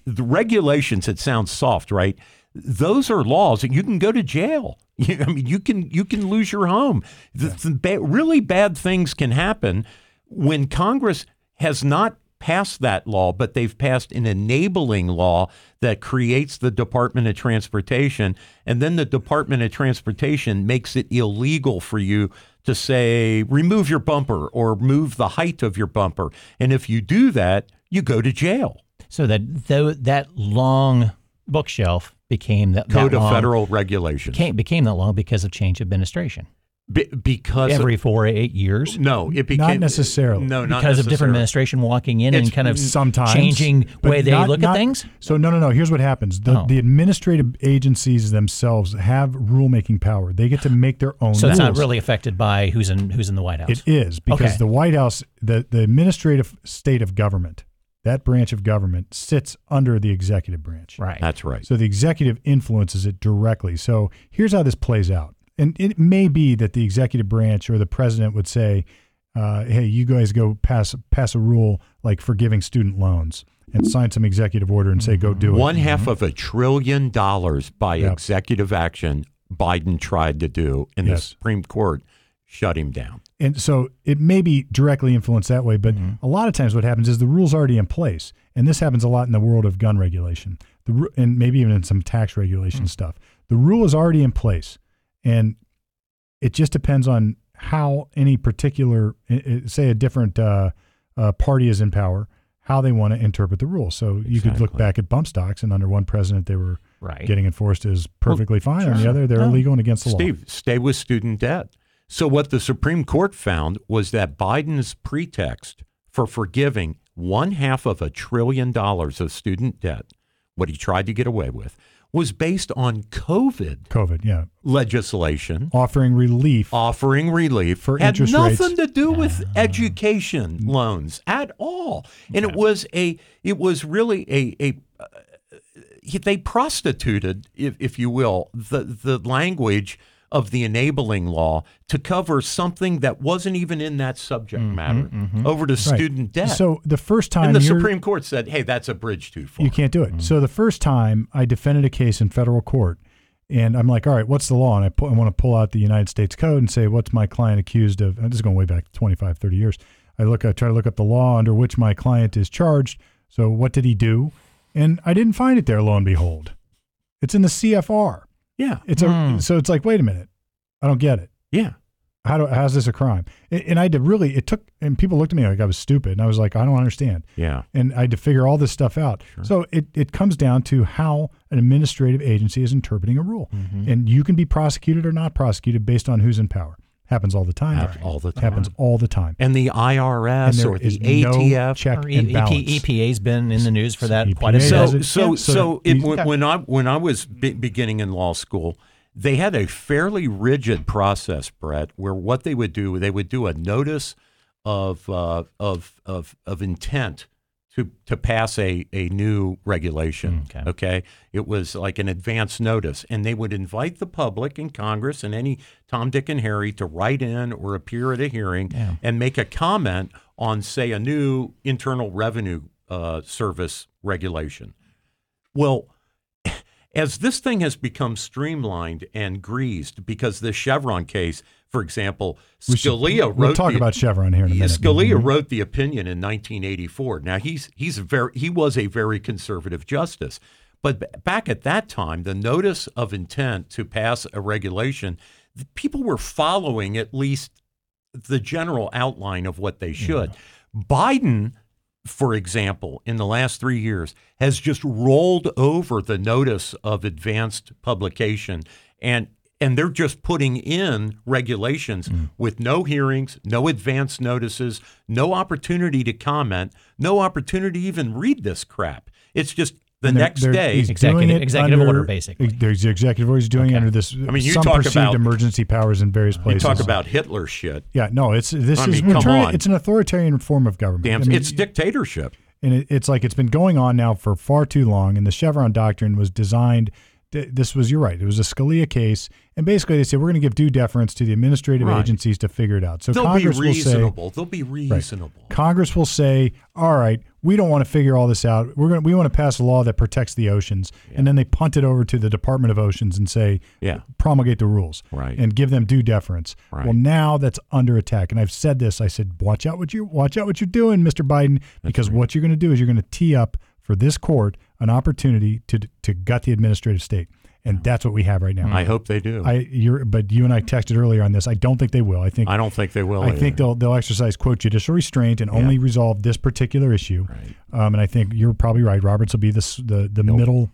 S2: The regulations, it sounds soft, right? Those are laws that you can go to jail. *laughs* You, I mean, you can you can lose your home. The, the ba- really bad things can happen when Congress has not passed that law, but they've passed an enabling law that creates the Department of Transportation. And then the Department of Transportation makes it illegal for you to say, remove your bumper or move the height of your bumper. And if you do that, you go to jail.
S3: So that though that long bookshelf became that that
S2: Code of
S3: long-
S2: federal regulations.
S3: became, became that long because of change of administration.
S2: Be- because of-
S3: Every four or eight years.
S2: no, it became
S1: necessarily.
S2: No, not
S3: because of different
S2: necessarily.
S3: administration walking in
S2: It's
S3: and kind of
S1: sometimes
S3: changing
S1: but
S3: way they
S1: not-
S3: look
S1: not-
S3: at things.
S1: So no, no, no. Here's what happens: the,
S3: Oh.
S1: the administrative agencies themselves have rulemaking power. They get to make their own.
S3: So it's not
S1: rules.
S3: really affected by who's in who's in the White House.
S1: Oh, It is because
S3: Okay.
S1: the White House, the the administrative state of government, that branch of government sits under the executive branch.
S3: right.
S2: That's right.
S1: So the executive influences it directly. So here's how this plays out. And it may be that the executive branch or the president would say, uh, "Hey, you guys go pass pass a rule like forgiving student loans and sign some executive order and say go do it."
S2: One half of a trillion dollars by
S1: Yep.
S2: executive action Biden tried to do, and the
S1: Yes.
S2: Supreme Court shut him down.
S1: and so it may be directly influenced that way but
S2: Mm-hmm.
S1: a lot of times what happens is the rules already in place and this happens a lot in the world of gun regulation the, ru- and maybe even in some tax
S2: Mm.
S1: regulation stuff the rule is already in place and it just depends on how any particular i- i- say a different uh, uh, party is in power how they want to interpret the rule so you could look
S2: Exactly.
S1: back at bump stocks and under one president they were
S3: Right.
S1: getting enforced as perfectly fine on the other they're
S3: No.
S1: illegal and against the law
S2: Steve, stay with student debt. So, what the Supreme Court found was that Biden's pretext for forgiving one half of a trillion dollars of student debt, what he tried to get away with, was based on COVID
S1: covid yeah
S2: legislation
S1: offering relief
S2: offering relief
S1: For
S2: had
S1: interest rates.
S2: nothing to do with education loans at all and it was a it was really a a uh, he- they prostituted if, if you will the the language of the enabling law to cover something that wasn't even in that subject matter over to
S1: Mm-hmm, Right.
S2: student debt
S1: So the first time
S2: and the
S1: you're-
S2: supreme court said hey that's a bridge too far
S1: you can't do it. So the first time I defended a case in federal court, and I'm like, all right, what's the law? And I, pu- I want to pull out the United States Code and say, what's my client accused of? And this is going way back 25, 30 years. I look, I try to look up the law under which my client is charged. So what did he do? And I didn't find it there. Lo and behold, it's in the CFR.
S2: yeah
S1: It's a
S2: Hmm.
S1: so it's like, wait a minute, I don't get it
S2: yeah
S1: how do how's this a crime? And, and I had to really it took and people looked at me like I was stupid, and I was like, I don't understand.
S2: Yeah.
S1: and I had to figure all this stuff out. So it it comes down to how an administrative agency is interpreting a rule,
S2: Mm-hmm.
S1: and you can be prosecuted or not prosecuted based on who's in power. Happens all the time.
S2: Happens all the time.
S1: Happens all the time.
S2: and the
S1: And
S2: IRS
S1: there
S2: or
S1: is
S2: the
S1: no
S2: ATF
S1: check
S3: Or E-
S1: and balance. E
S3: EP, EPA's been in the news for that quite a
S1: EPA
S3: bit.
S1: does
S2: so,
S1: it.
S2: so,
S1: Yeah.
S2: so,
S1: So
S2: it,
S1: you-
S2: when,
S1: yeah.
S2: when I when I was be- beginning in law school, they had a fairly rigid process, Brett, where what they would do they would do a notice of uh, of of of intent to to pass a a new regulation.
S3: Okay.
S2: okay, it was like an advance notice, and they would invite the public and Congress and any Tom, Dick, and Harry to write in or appear at a hearing and make a comment on, say, a new internal revenue uh, service regulation. Well, *laughs* as this thing has become streamlined and greased, because the Chevron case, for example,
S1: We should-
S2: Scalia wrote.
S1: We'll talk
S2: the- E
S1: about Chevron here in a minute. Mm-hmm.
S2: Scalia wrote the opinion in 1984. Now he's he's very he was a very conservative justice, but b- back at that time, the notice of intent to pass a regulation, the people were following at least the general outline of what they should. Biden, for example, in the last three years has just rolled over the notice of advanced publication and and they're just putting in regulations
S1: Mm.
S2: with no hearings, no advance notices, no opportunity to comment, no opportunity to even read this crap. It's just the
S1: And they're-
S2: next
S1: they're-
S2: day.
S1: he's
S3: Executive-
S1: doing it
S3: executive
S1: under-
S3: order, basically.
S1: ex- There's the executive order he's doing under this. I
S2: mean, you
S1: some
S2: talk
S1: perceived
S2: about-
S1: emergency powers in various
S2: You
S1: places.
S2: talk about Hitler shit.
S1: Yeah, no, it's this
S2: I
S1: is
S2: mean, come
S1: authori-
S2: on.
S1: it's an authoritarian form of government.
S2: Damn,
S1: I mean,
S2: it's dictatorship.
S1: and it, it's like it's been going on now for far too long. And the Chevron doctrine was designed. th- This was you're right. It was a Scalia case, and basically they said we're going to give due deference to the administrative
S2: Right.
S1: agencies to figure it out. So
S2: They'll
S1: Congress
S2: be
S1: will say
S2: reasonable. They'll be reasonable.
S1: Congress will say, "All right, we don't want to figure all this out. We're going to, we want to pass a law that protects the oceans." And then they punt it over to the Department of Oceans and say,
S2: Yeah.
S1: promulgate the rules
S2: Right.
S1: and give them due deference."
S2: Right.
S1: Well, now that's under attack. And I've said this. I said, "Watch out what you watch out what you're doing, Mr. Biden, because what you're going to do is you're going to tee up for this court an opportunity to to gut the administrative state." And that's what we have right now.
S2: I hope they do. I,
S1: I you're but you and I texted earlier on this. I don't think they will. I think
S2: don't think they will.
S1: I think
S2: either.
S1: they'll they'll exercise quote judicial restraint and only resolve this particular issue.
S2: Right.
S1: Um, and I think you're probably right. Roberts will be the s- the, the middle,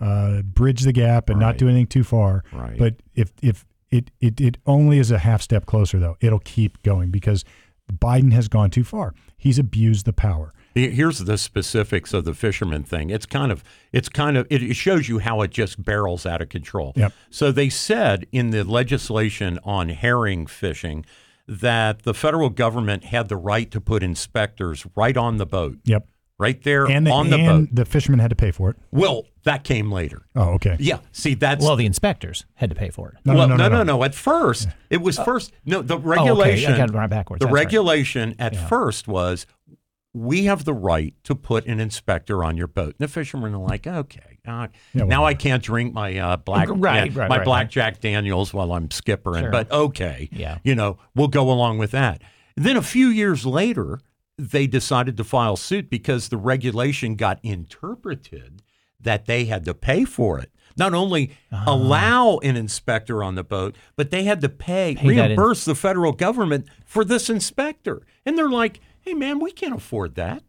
S1: uh, bridge the gap and not
S2: Right.
S1: do anything too far.
S2: Right.
S1: But if if it, it it only is a half step closer though, it'll keep going because Biden has gone too far. He's abused the power.
S2: The- Here's the specifics of the fisherman thing. It's kind of, it's kind of, it it shows you how it just barrels out of control.
S1: Yep.
S2: So they said in the legislation on herring fishing that the federal government had the right to put inspectors right on the boat,
S1: Yep.
S2: right there
S1: And the,
S2: on the
S1: and
S2: boat.
S1: the fishermen had to pay for it.
S2: Well, that came later.
S1: Oh, okay.
S2: Yeah. See, that's
S3: Well, the inspectors had to pay for it. Oh,
S1: No,
S2: well,
S1: no, no, no, no. Uh, Oh,
S2: At first, it was first. No, the regulation.
S3: I got it right backwards.
S2: The
S3: That's right.
S2: regulation at first was we have the right to put an inspector on your boat. And the fishermen are like, okay, uh,
S1: Yeah,
S2: now I
S1: whatever.
S2: can't drink my uh, black
S3: Right,
S2: yeah,
S3: right,
S2: my
S3: right.
S2: black Jack Daniels while I'm skippering,
S3: Sure.
S2: but okay,
S3: Yeah.
S2: you know, we'll go along with that. then a few years later, they decided to file suit because the regulation got interpreted that they had to pay for it. Not only
S3: Ah.
S2: allow an inspector on the boat, but they had to pay,
S3: Pay that in-
S2: reimburse the federal government for this inspector. And they're like, hey, man, we can't afford that.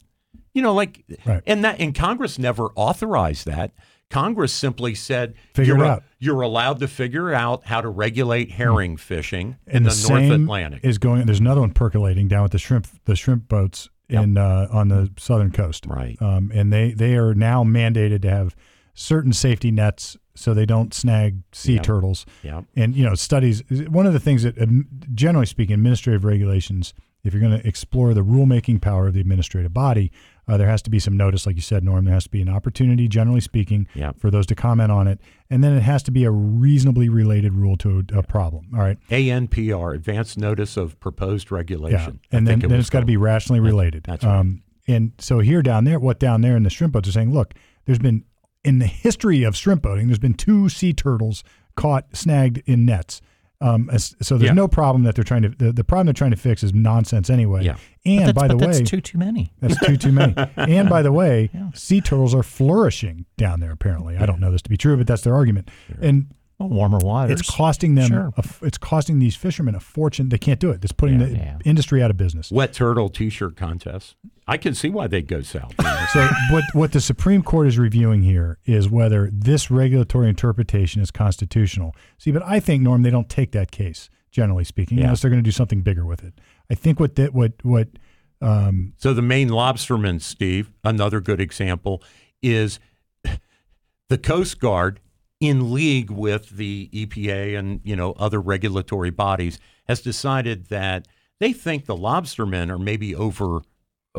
S2: You know, like,
S1: Right.
S2: and that, and Congress never authorized that. Congress simply said,
S1: Figure it
S2: you're, a-
S1: out.
S2: you're allowed to figure out how to regulate herring fishing in,
S1: and
S2: the,
S1: the,
S2: North
S1: same
S2: Atlantic.
S1: is going. There's another one percolating down with the shrimp, the shrimp boats in uh, on the southern coast,
S2: Right.
S1: Um, and they they are now mandated to have certain safety nets so they don't snag sea turtles.
S2: Yep.
S1: And you know, studies. One of the things that, um, generally speaking, administrative regulations. If you're going to explore the rulemaking power of the administrative body, uh, there has to be some notice, like you said, Norm. There has to be an opportunity, generally speaking,
S2: Yep.
S1: for those to comment on it, and then it has to be a reasonably related rule to a, a problem. All right.
S2: ANPR, Advance Notice of Proposed Regulation.
S1: Yeah. And
S2: I
S1: then,
S2: think it
S1: then
S2: was
S1: it's got to be rationally related.
S2: that's right.
S1: um, and so here down there, what down there in the shrimp boats are saying, look, there's been in the history of shrimp boating, there's been two sea turtles caught snagged in nets. Um, as- so there's
S2: Yeah.
S1: no problem that they're trying to the, the problem they're trying to fix is nonsense anyway.
S2: Yeah.
S3: But
S1: And
S3: that's-
S1: by the
S3: but
S1: way,
S3: that's too too many.
S1: that's too too
S2: *laughs*
S1: many. And by the way, sea turtles are flourishing down there. Apparently, I don't know this to be true, but that's their argument. And
S3: Well, warmer waters.
S1: it's costing them.
S3: Sure.
S1: a f it's costing these fishermen a fortune. They can't do it. It's putting the
S3: yeah.
S1: industry out of business.
S2: Wet Turtle T shirt contest. I can see why they'd go south.
S1: So what what the Supreme Court is reviewing here is whether this regulatory interpretation is constitutional. See, but I think Norm, they don't take that case generally speaking,
S2: Yeah.
S1: unless they're going to do something bigger with it. I think what that what what
S2: So the Maine lobsterman, Steve, another good example is the Coast Guard in league with the EPA and you know other regulatory bodies has decided that they think the lobstermen are maybe over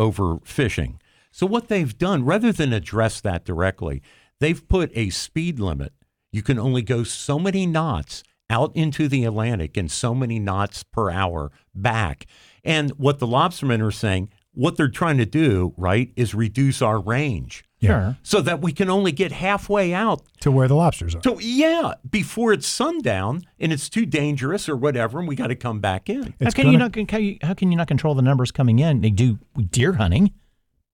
S2: overfishing. So what they've done rather than address that directly, they've put a speed limit. You can only go so many knots out into the Atlantic and so many knots per hour back. And what the lobstermen are saying, what they're trying to do, right, is reduce our range
S3: Sure.
S2: so that we can only get halfway out.
S1: to where the lobsters are.
S2: So, yeah, before it's sundown and it's too dangerous or whatever, and we got to come back in.
S3: How
S1: It's
S3: can
S1: gonna-
S3: you not? How, you- how can you not control the numbers coming in? They do deer hunting.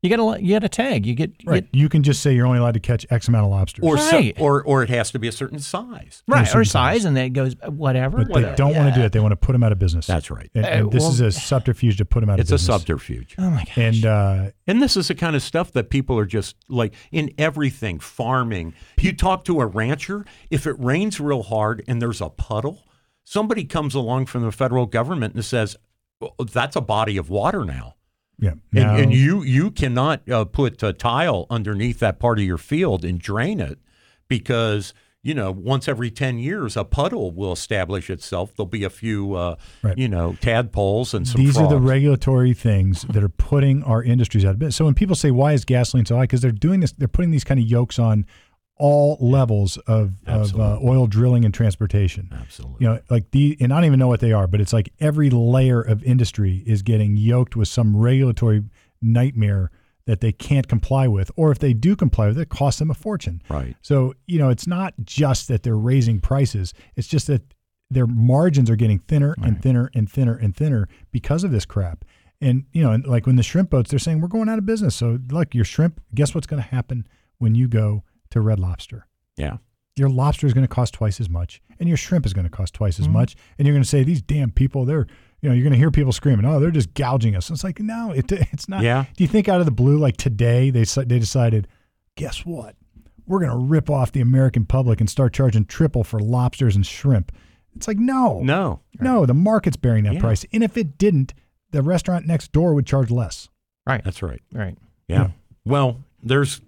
S3: You got to you got to tag. You get you
S1: Right.
S3: get-
S1: You can just say you're only allowed to catch X amount of lobsters.
S2: Or, so-
S3: Right.
S2: or, or it has to be a certain size.
S3: right or
S1: sometimes.
S3: size, and then it goes uh, whatever.
S1: but they
S3: whatever.
S1: don't want to do it. They want to put them out of business.
S2: That's right.
S1: And, and
S3: Uh,
S1: this
S3: well-
S1: is a subterfuge to put them out
S2: It's
S1: of
S2: a
S1: business.
S2: subterfuge.
S3: Oh my gosh.
S1: And uh,
S2: And this is the kind of stuff that people are just like in everything, farming. You talk to a rancher, if it rains real hard and there's a puddle, somebody comes along from the federal government and says, "Well, that's a body of water now.
S1: yeah, now-
S2: And, and you, you cannot uh, put a tile underneath that part of your field and drain it because, you know, once every 10 years, a puddle will establish itself. There'll be a few, uh,
S1: Right.
S2: you know, tadpoles and some
S1: these are the
S2: frogs.
S1: regulatory things that are putting our industries out of business. So when people say why is gasoline so high, because they're doing this, they're putting these kind of yokes on all levels of, of uh,
S2: Absolutely.
S1: oil drilling and transportation.
S2: Absolutely.
S1: You know, like the and I don't even know what they are, but it's like every layer of industry is getting yoked with some regulatory nightmare that they can't comply with, or if they do comply with it, it costs them a fortune.
S2: Right.
S1: So, you know, it's not just that they're raising prices, it's just that their margins are getting thinner and thinner and thinner and thinner because of this crap. And, you know, and like when the shrimp boats, they're saying, we're going out of business. So, look, your shrimp, guess what's going to happen when you go to Red Lobster?
S2: Yeah.
S1: Your lobster is going to cost twice as much, and your shrimp is going to cost twice as
S2: Hmm.
S1: much. And you're going to say, these damn people, they're, you know, you're going to hear people screaming, oh, they're just gouging us. It's like, no, it, *laughs* it's not.
S2: Yeah.
S1: Do you think out of the blue, like today, they s- they decided, guess what? We're going to rip off the American public and start charging triple for lobsters and shrimp. It's like, no,
S2: No.
S1: no, the market's bearing that
S2: Yeah.
S1: price. And if it didn't, the restaurant next door would charge less.
S3: right.
S2: That's right.
S3: Right.
S2: Yeah. Well, there's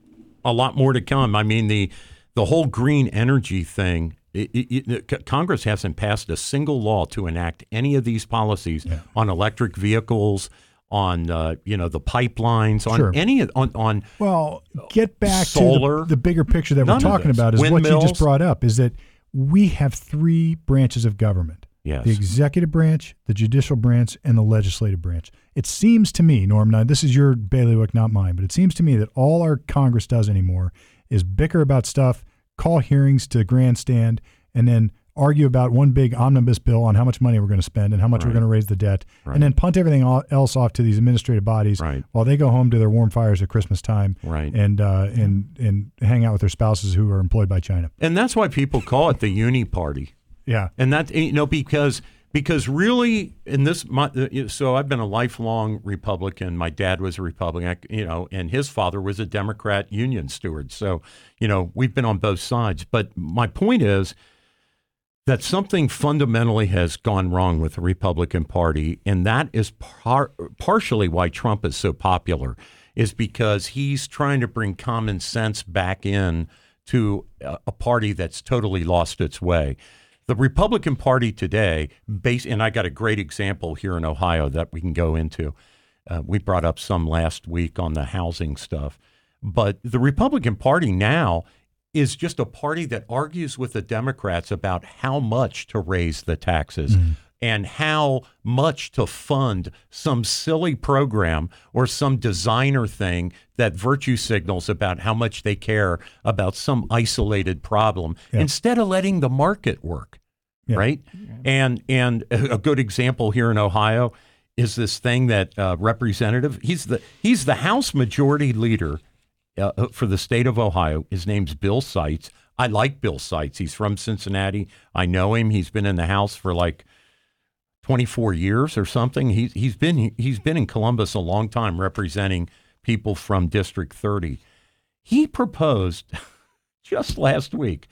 S2: a lot more to come. I mean, the the whole green energy thing. It, it- it- the C- Congress hasn't passed a single law to enact any of these policies on electric vehicles, on uh, you know the pipelines, on
S1: Sure.
S2: any of- on on
S1: Well, get back to
S2: Solar.
S1: the- the, bigger picture that
S2: None
S1: we're
S2: of
S1: talking
S2: this.
S1: about is what you
S2: Windmills.
S1: just brought up is that we have three branches of government.
S2: Yes.
S1: The executive branch, the judicial branch, and the legislative branch. It seems to me, Norm, now this is your bailiwick, not mine, but it seems to me that all our Congress does anymore is bicker about stuff, call hearings to grandstand, and then argue about one big omnibus bill on how much money we're going to spend and how much we're
S2: Right.
S1: going to raise the debt,
S2: Right.
S1: and then punt everything all- else off to these administrative bodies
S2: Right.
S1: while they go home to their warm fires at Christmas time
S2: Right.
S1: and uh, and and hang out with their spouses who are employed by China.
S2: and that's why people call it the uni party.
S1: Yeah,
S2: and that you know because because really in this my, uh, so I've been a lifelong Republican. My dad was a Republican, I c- you know, and his father was a Democrat Union steward. So you know we've been on both sides. But my point is that something fundamentally has gone wrong with the Republican Party, and that is par- partially why Trump is so popular, is because he's trying to bring common sense back in to a, a party that's totally lost its way. The Republican Party today, base, and I got a great example here in Ohio that we can go into. Uh, we brought up some last week on the housing stuff, but the Republican Party now is just a party that argues with the Democrats about how much to raise the taxes
S1: Mm-hmm.
S2: and how much to fund some silly program or some designer thing that virtue signals about how much they care about some isolated problem
S1: Yeah.
S2: instead of letting the market work
S1: Yeah.
S2: right? And and a good example here in Ohio is this thing that uh, representative he's the he's the House Majority Leader uh, for the state of Ohio. His name's Bill Seitz. I like Bill Seitz. He's from Cincinnati. I know him. He's been in the House for like 24 years or something. He's he's been he's been in Columbus a long time representing people from District 30. He proposed *laughs* just last week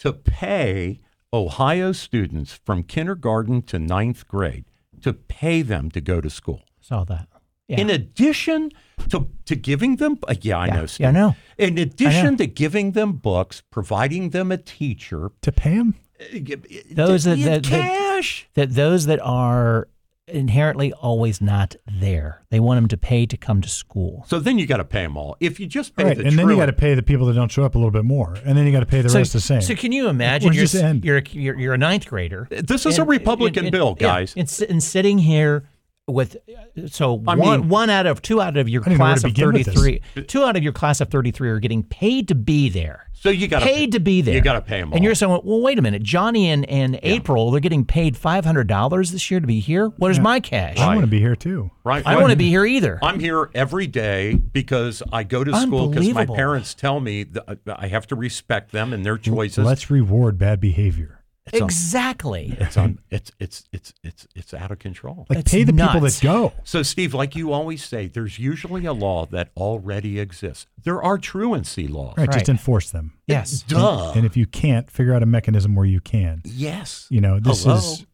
S2: to pay Ohio students from kindergarten to ninth grade to pay them to go to school.
S3: Saw that. Yeah.
S2: In addition to, to giving them, uh, yeah, I
S3: Yeah.
S2: know.
S3: Yeah, I
S2: Steve.
S3: know.
S2: In addition to giving them books, providing them a teacher,
S1: to pay him.
S2: uh, g-
S3: Those
S2: uh,
S3: that- that- that-
S2: cash.
S3: that those that are inherently always not there, they want them to pay to come to school.
S2: so then you got to pay them all. If you just pay
S1: Right,
S2: the
S1: and then you
S2: truant-
S1: got to pay the people that don't show up a little bit more, and then you got to pay the rest the same.
S3: So can you imagine
S1: Where's
S3: you're,
S1: this end?
S3: you're you're you're a ninth grader.
S2: This is a Republican bill, guys.
S3: It's and sitting here with uh, so
S2: I
S3: one
S2: mean-
S3: one out of two out of your
S1: I didn't know where
S3: class
S1: to
S3: of
S1: begin with this.
S3: 33 two out of your class of 33 are getting paid to be there
S2: So you got
S3: paid to be there
S2: You got to pay them.
S3: and you're saying well wait a minute johnny and, and april they're getting paid $500 this year to be here what is my cash
S1: I
S2: Right.
S1: want to be here too.
S2: right.
S3: i
S2: Well,
S3: want to be here either
S2: *laughs* I'm here every day because I go to school because my
S3: Unbelievable.
S2: parents tell me that I have to respect them and their choices.
S1: Let's reward bad behavior.
S2: un- *laughs*
S3: exactly
S2: it's on. It's it's it's it's it's out of control.
S1: Like
S3: It's
S1: pay the people
S3: nuts.
S1: that go.
S2: So, Steve, like you always say, there's usually a law that already exists. There are truancy laws.
S1: Right,
S3: Right.
S1: just enforce them.
S3: yes
S2: Duh.
S1: And if you can't, figure out a mechanism where you can.
S2: yes.
S1: You know, this
S2: Hello?
S1: is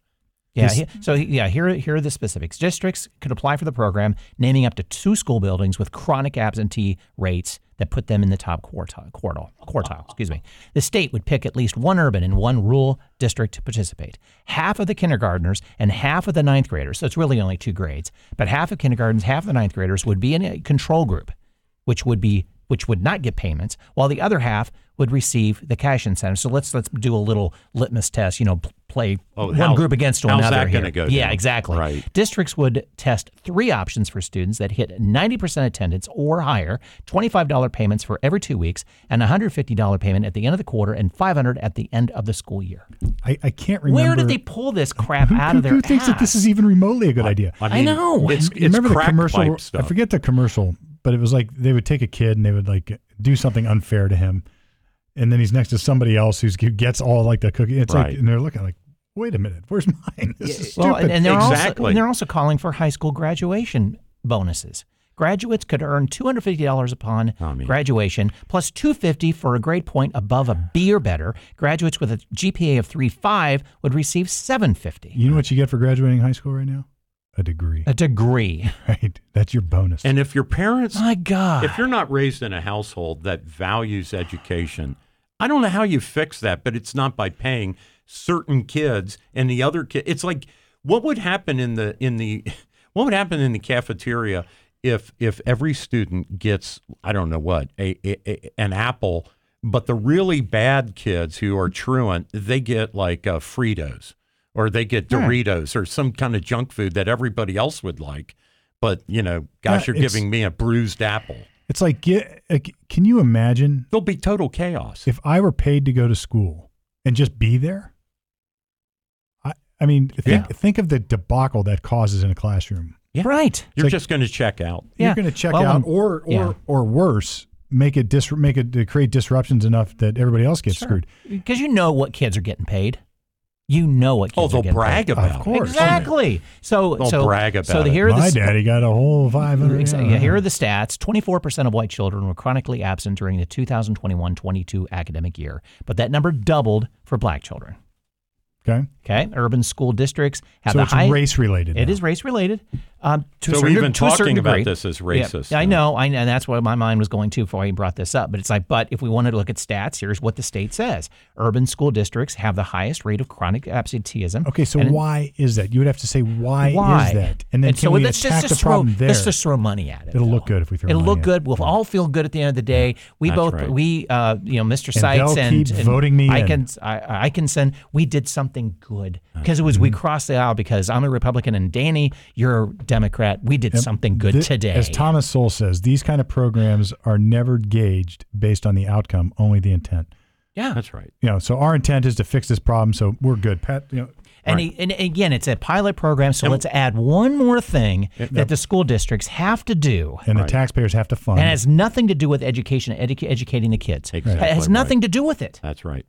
S3: Yeah.
S1: This-
S3: he- so yeah, here here are the specifics. Districts could apply for the program, naming up to two school buildings with chronic absentee rates that put them in the top quartile. Quartile. Quartile. Excuse me. The state would pick at least one urban and one rural district to participate. Half of the kindergartners and half of the ninth graders. So it's really only two grades, but half of kindergartens, half of the ninth graders would be in a control group, which would be which would not get payments, while the other half would receive the cash incentive. So let's let's do a little litmus test. You know, p- play
S2: Oh,
S3: one
S2: how-
S3: group against
S2: how's
S3: another.
S2: that gonna
S3: here.
S2: go
S3: Yeah,
S2: down?
S3: exactly.
S2: Right.
S3: Districts would test three options for students that hit 90% attendance or higher, $25 payments for every two weeks, and $150 payment at the end of the quarter, and 500 at the end of the school year.
S1: I, I can't remember.
S3: Where did they pull this crap
S1: who,
S3: out
S1: who-
S3: of their
S1: who thinks that this
S3: ass?
S1: is even remotely a good idea?
S2: I,
S3: I know.
S2: It's,
S1: You
S2: it's
S1: remember the
S2: crack
S1: commercial?
S2: pipe
S1: I
S2: stuff.
S1: forget the commercial, but it was like they would take a kid and they would like do something unfair to him, and then he's next to somebody else who's, who gets all like the cookie. It's
S2: Right.
S1: like, and they're looking like, wait a minute, where's *laughs* mine? This is stupid.
S3: Well, and, and they're also
S2: Exactly.
S3: and they're also calling for high school graduation bonuses. Graduates could earn two hundred fifty dollars upon
S2: I mean-
S3: graduation, plus two fifty for a grade point above a B or better. Graduates with a GPA of three five would receive seven fifty.
S1: you know what you get for graduating high school right now? A degree, *laughs*
S3: A degree.
S1: right? That's your bonus.
S2: And if your parents,
S3: My God.
S2: if you're not raised in a household that values education, I don't know how you fix that, but it's not by paying certain kids and the other kid. It's like what would happen in the in the *laughs* what would happen in the cafeteria if if every student gets I don't know what a, a, a- an apple, but the really bad kids who are truant they get like uh, Fritos or they get Doritos or some kind of junk food that everybody else would like. But you know, gosh,
S1: Yeah,
S2: you're
S1: it's-
S2: giving me a bruised apple
S1: it's like, get, like, can you imagine
S2: there'll be total chaos.
S1: if I were paid to go to school and just be there? I, I mean, think,
S2: Yeah.
S1: think of the debacle that causes in a classroom.
S3: Right.
S2: You're
S1: like-
S2: just going to check out.
S3: Yeah.
S1: you're going to check
S3: Well,
S1: out,
S3: and-
S1: or or
S3: yeah.
S1: or worse, make it dis- make it uh, create disruptions enough that everybody else gets screwed.
S3: Because you know what kids are getting paid. You know what kids
S2: Oh,
S3: are
S2: they'll
S3: getting
S2: brag
S3: paid.
S2: about
S1: Of
S2: it.
S1: course.
S3: Exactly. So
S2: They'll
S3: so
S2: brag
S3: so
S2: about it.
S3: here are the
S1: My
S3: s-
S1: daddy got a whole five hundred.
S3: Exactly. Yeah, here are the stats. 24% of white children were chronically absent during the 2021-22 academic year, but that number doubled for black children.
S1: *laughs* okay,
S3: Okay? Urban school districts have
S1: so
S3: the
S1: it's
S3: high
S1: race related.
S3: It
S1: now.
S3: is race related. Um, to a
S2: So
S3: certain-
S2: even
S3: to a certain
S2: talking about
S3: degree.
S2: this is
S3: Yeah,
S2: racist,
S3: I
S2: huh?
S3: know, I know. And that's where my mind was going to before you brought this up. But it's like, but if we wanted to look at stats, here's what the state says: urban school districts have the highest rate of chronic absenteeism.
S1: Okay, so
S3: And-
S1: why is that? You would have to say why,
S3: why
S1: is that, and then can
S3: so
S1: we
S3: let's
S1: attack
S3: just, just
S1: the problem
S3: throw,
S1: there?
S3: Let's just throw money at it.
S1: It'll look
S3: though.
S1: good if we throw
S3: It'll
S1: money
S3: look
S1: at
S3: good.
S1: it.
S3: We'll all feel good at the end of the day. We
S2: That's
S3: both
S2: right.
S3: we uh, you know Mr.
S1: And
S3: Seitz
S1: they'll
S3: and,
S1: keep
S3: and
S1: voting me
S3: I
S1: in.
S3: can I, I can send. We did something good because it was
S1: Mm-hmm.
S3: we crossed the aisle because I'm a Republican and Danny you're a Democrat. We did something good
S1: Thi-
S3: today.
S1: As Thomas Sowell says, these kind of programs are never gauged based on the outcome, only the intent.
S3: yeah.
S2: That's right.
S1: You know, so our intent is to fix this problem, so we're good. Pat, you know,
S3: And, he, and again, it's a pilot program, so let's add one more thing that the school districts have to do.
S1: and the taxpayers have to fund.
S3: And it has nothing to do with education, edu- educating the kids.
S2: Exactly
S3: It has
S2: right.
S3: nothing to do with it.
S2: That's right.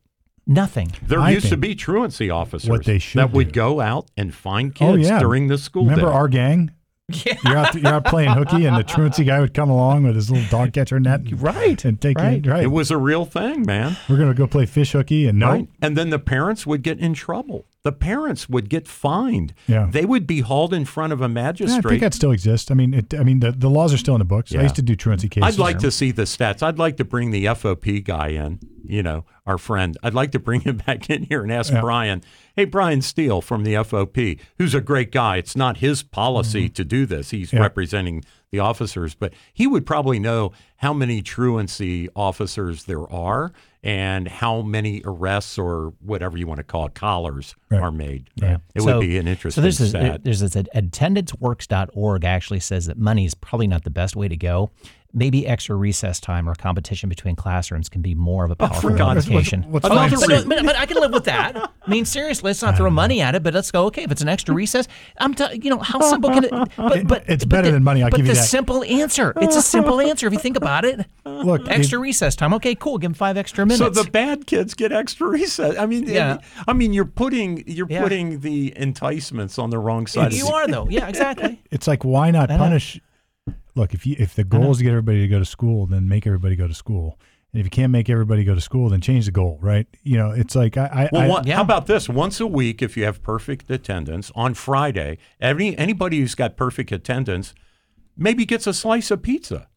S3: Nothing.
S2: There
S1: I
S2: used to
S1: think
S2: be truancy officers
S1: they should
S2: that would
S1: do-
S2: go out and find
S1: Oh,
S2: kids
S1: yeah.
S2: during the school
S1: Remember
S2: day.
S1: our
S3: *laughs*
S1: gang? Yeah. You're out, you're out playing hooky, and the truancy guy would come along with his little dog catcher net. And,
S3: Right,
S1: And take
S3: right.
S1: you. Right.
S2: it was a real thing, man.
S1: We're going to go play fish hooky, and no.
S2: Right? And then the parents would get in trouble. The parents would get fined.
S1: Yeah.
S2: They would be hauled in front of a
S1: Yeah, I
S2: magistrate.
S1: think that still exists. I mean, it, I mean, the, the laws are still in the books.
S2: Yeah.
S1: I used to do truancy cases.
S2: I'd like to see the stats. I'd like to bring the FOP guy in you know, our friend. I'd like to bring him *laughs* back in here and ask Brian. Hey, Brian Steele from the FOP, who's a great guy. It's not his policy
S3: Mm-hmm.
S2: to do this. He's representing the officers, but he would probably know how many truancy officers there are and how many arrests or whatever you want to call it, collars are made. Yeah. It
S3: So-
S2: would be an
S3: So
S2: interesting
S3: there's this,
S2: stat.
S3: there's this attendanceworks.org actually says that money is probably not the best way to go. Maybe extra recess time or competition between classrooms can be more
S1: Oh,
S3: of a powerful
S2: God's sake.
S3: motivation.
S1: What's-
S3: Oh,
S1: what's
S3: but,
S2: science?
S3: but- but I can live with that. I mean, seriously, let's not throw money at it, but let's go. Okay, if it's an extra recess, I'm, t- you know, how simple can it? But, but
S1: it's
S3: but
S1: better
S3: the-
S1: than money, I'll
S3: but
S1: give you
S3: the
S1: that.
S3: simple answer. It's a simple answer if you think
S1: *laughs*
S3: about it.
S1: Look, if-
S3: Extra recess time. Okay, cool. Give them five extra minutes.
S2: So the bad kids get extra recess. I mean,
S3: Yeah.
S2: I mean, you're putting you're
S3: Yeah.
S2: putting the enticements on the wrong side.
S3: you
S2: of the,
S3: are though. Yeah, exactly.
S1: it's like why not punish? Look, if you if the goal is to get everybody to go to school, then make everybody go to school. And if you can't make everybody go to school, then change the goal, right? You know, it's like I, I,
S2: Well,
S1: I
S2: one,
S3: yeah.
S2: how about this? Once a week, if you have perfect attendance on Friday, any anybody who's got perfect attendance maybe gets a slice of pizza.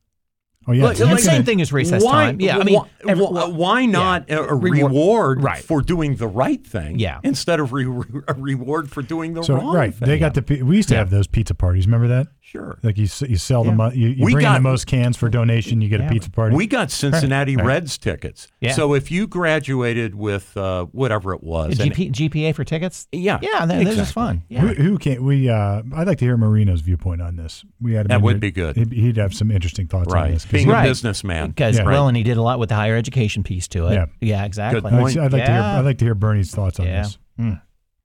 S1: oh *laughs* yeah,
S2: Look,
S1: it's
S2: like-
S3: The
S1: infinite.
S3: same thing as recess time. Yeah, I
S2: wh-
S3: mean,
S2: wh-
S3: every-
S2: why, not a- a reward,
S3: Reward- right.
S2: for doing the right thing
S3: Yeah.
S2: instead of re- a reward for doing the
S1: So
S2: wrong
S1: right,
S2: thing?
S1: they got the pi- we used to have those pizza parties. Remember that?
S2: sure.
S1: Like you s- you sell the
S3: Yeah.
S1: mo- you, you
S2: We
S1: bring in the
S2: got-
S1: most cans for donation, you get a pizza party.
S2: We got Cincinnati Reds tickets.
S3: Yeah.
S2: So if you graduated with uh, whatever it was, and-
S3: GP, GPA for tickets.
S2: Yeah,
S3: yeah, that, this is
S2: exactly.
S3: fun. Yeah.
S1: Who, who can't we? Uh, I'd like to hear Marino's viewpoint on this. We had him
S2: That
S1: in
S2: would
S1: here.
S2: be good.
S1: He'd, he'd have some interesting thoughts on
S2: right,
S1: this. 'cause
S2: being
S1: he-
S3: Right.
S2: a businessman,
S3: Because
S1: Yeah.
S3: well, and he did a lot with the higher education piece to it.
S1: Yeah.
S3: Yeah, exactly.
S2: Good
S1: I'd,
S2: point.
S1: I'd like to hear.
S3: Yeah.
S1: I'd like to hear Bernie's thoughts on
S3: Yeah.
S1: this.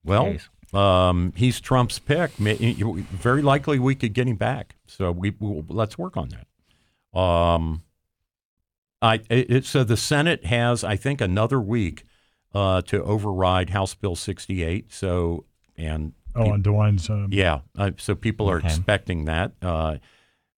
S2: well, um, he's Trump's pick. Ma- you- Very likely we could get him back. So we we'll, let's work on that. Um, I it, it- so the Senate has I think another week uh, to override House Bill sixty eight. So and
S1: Oh, on DeWine's. Um,
S2: Yeah, uh, so people are
S3: Okay.
S2: expecting that. Uh,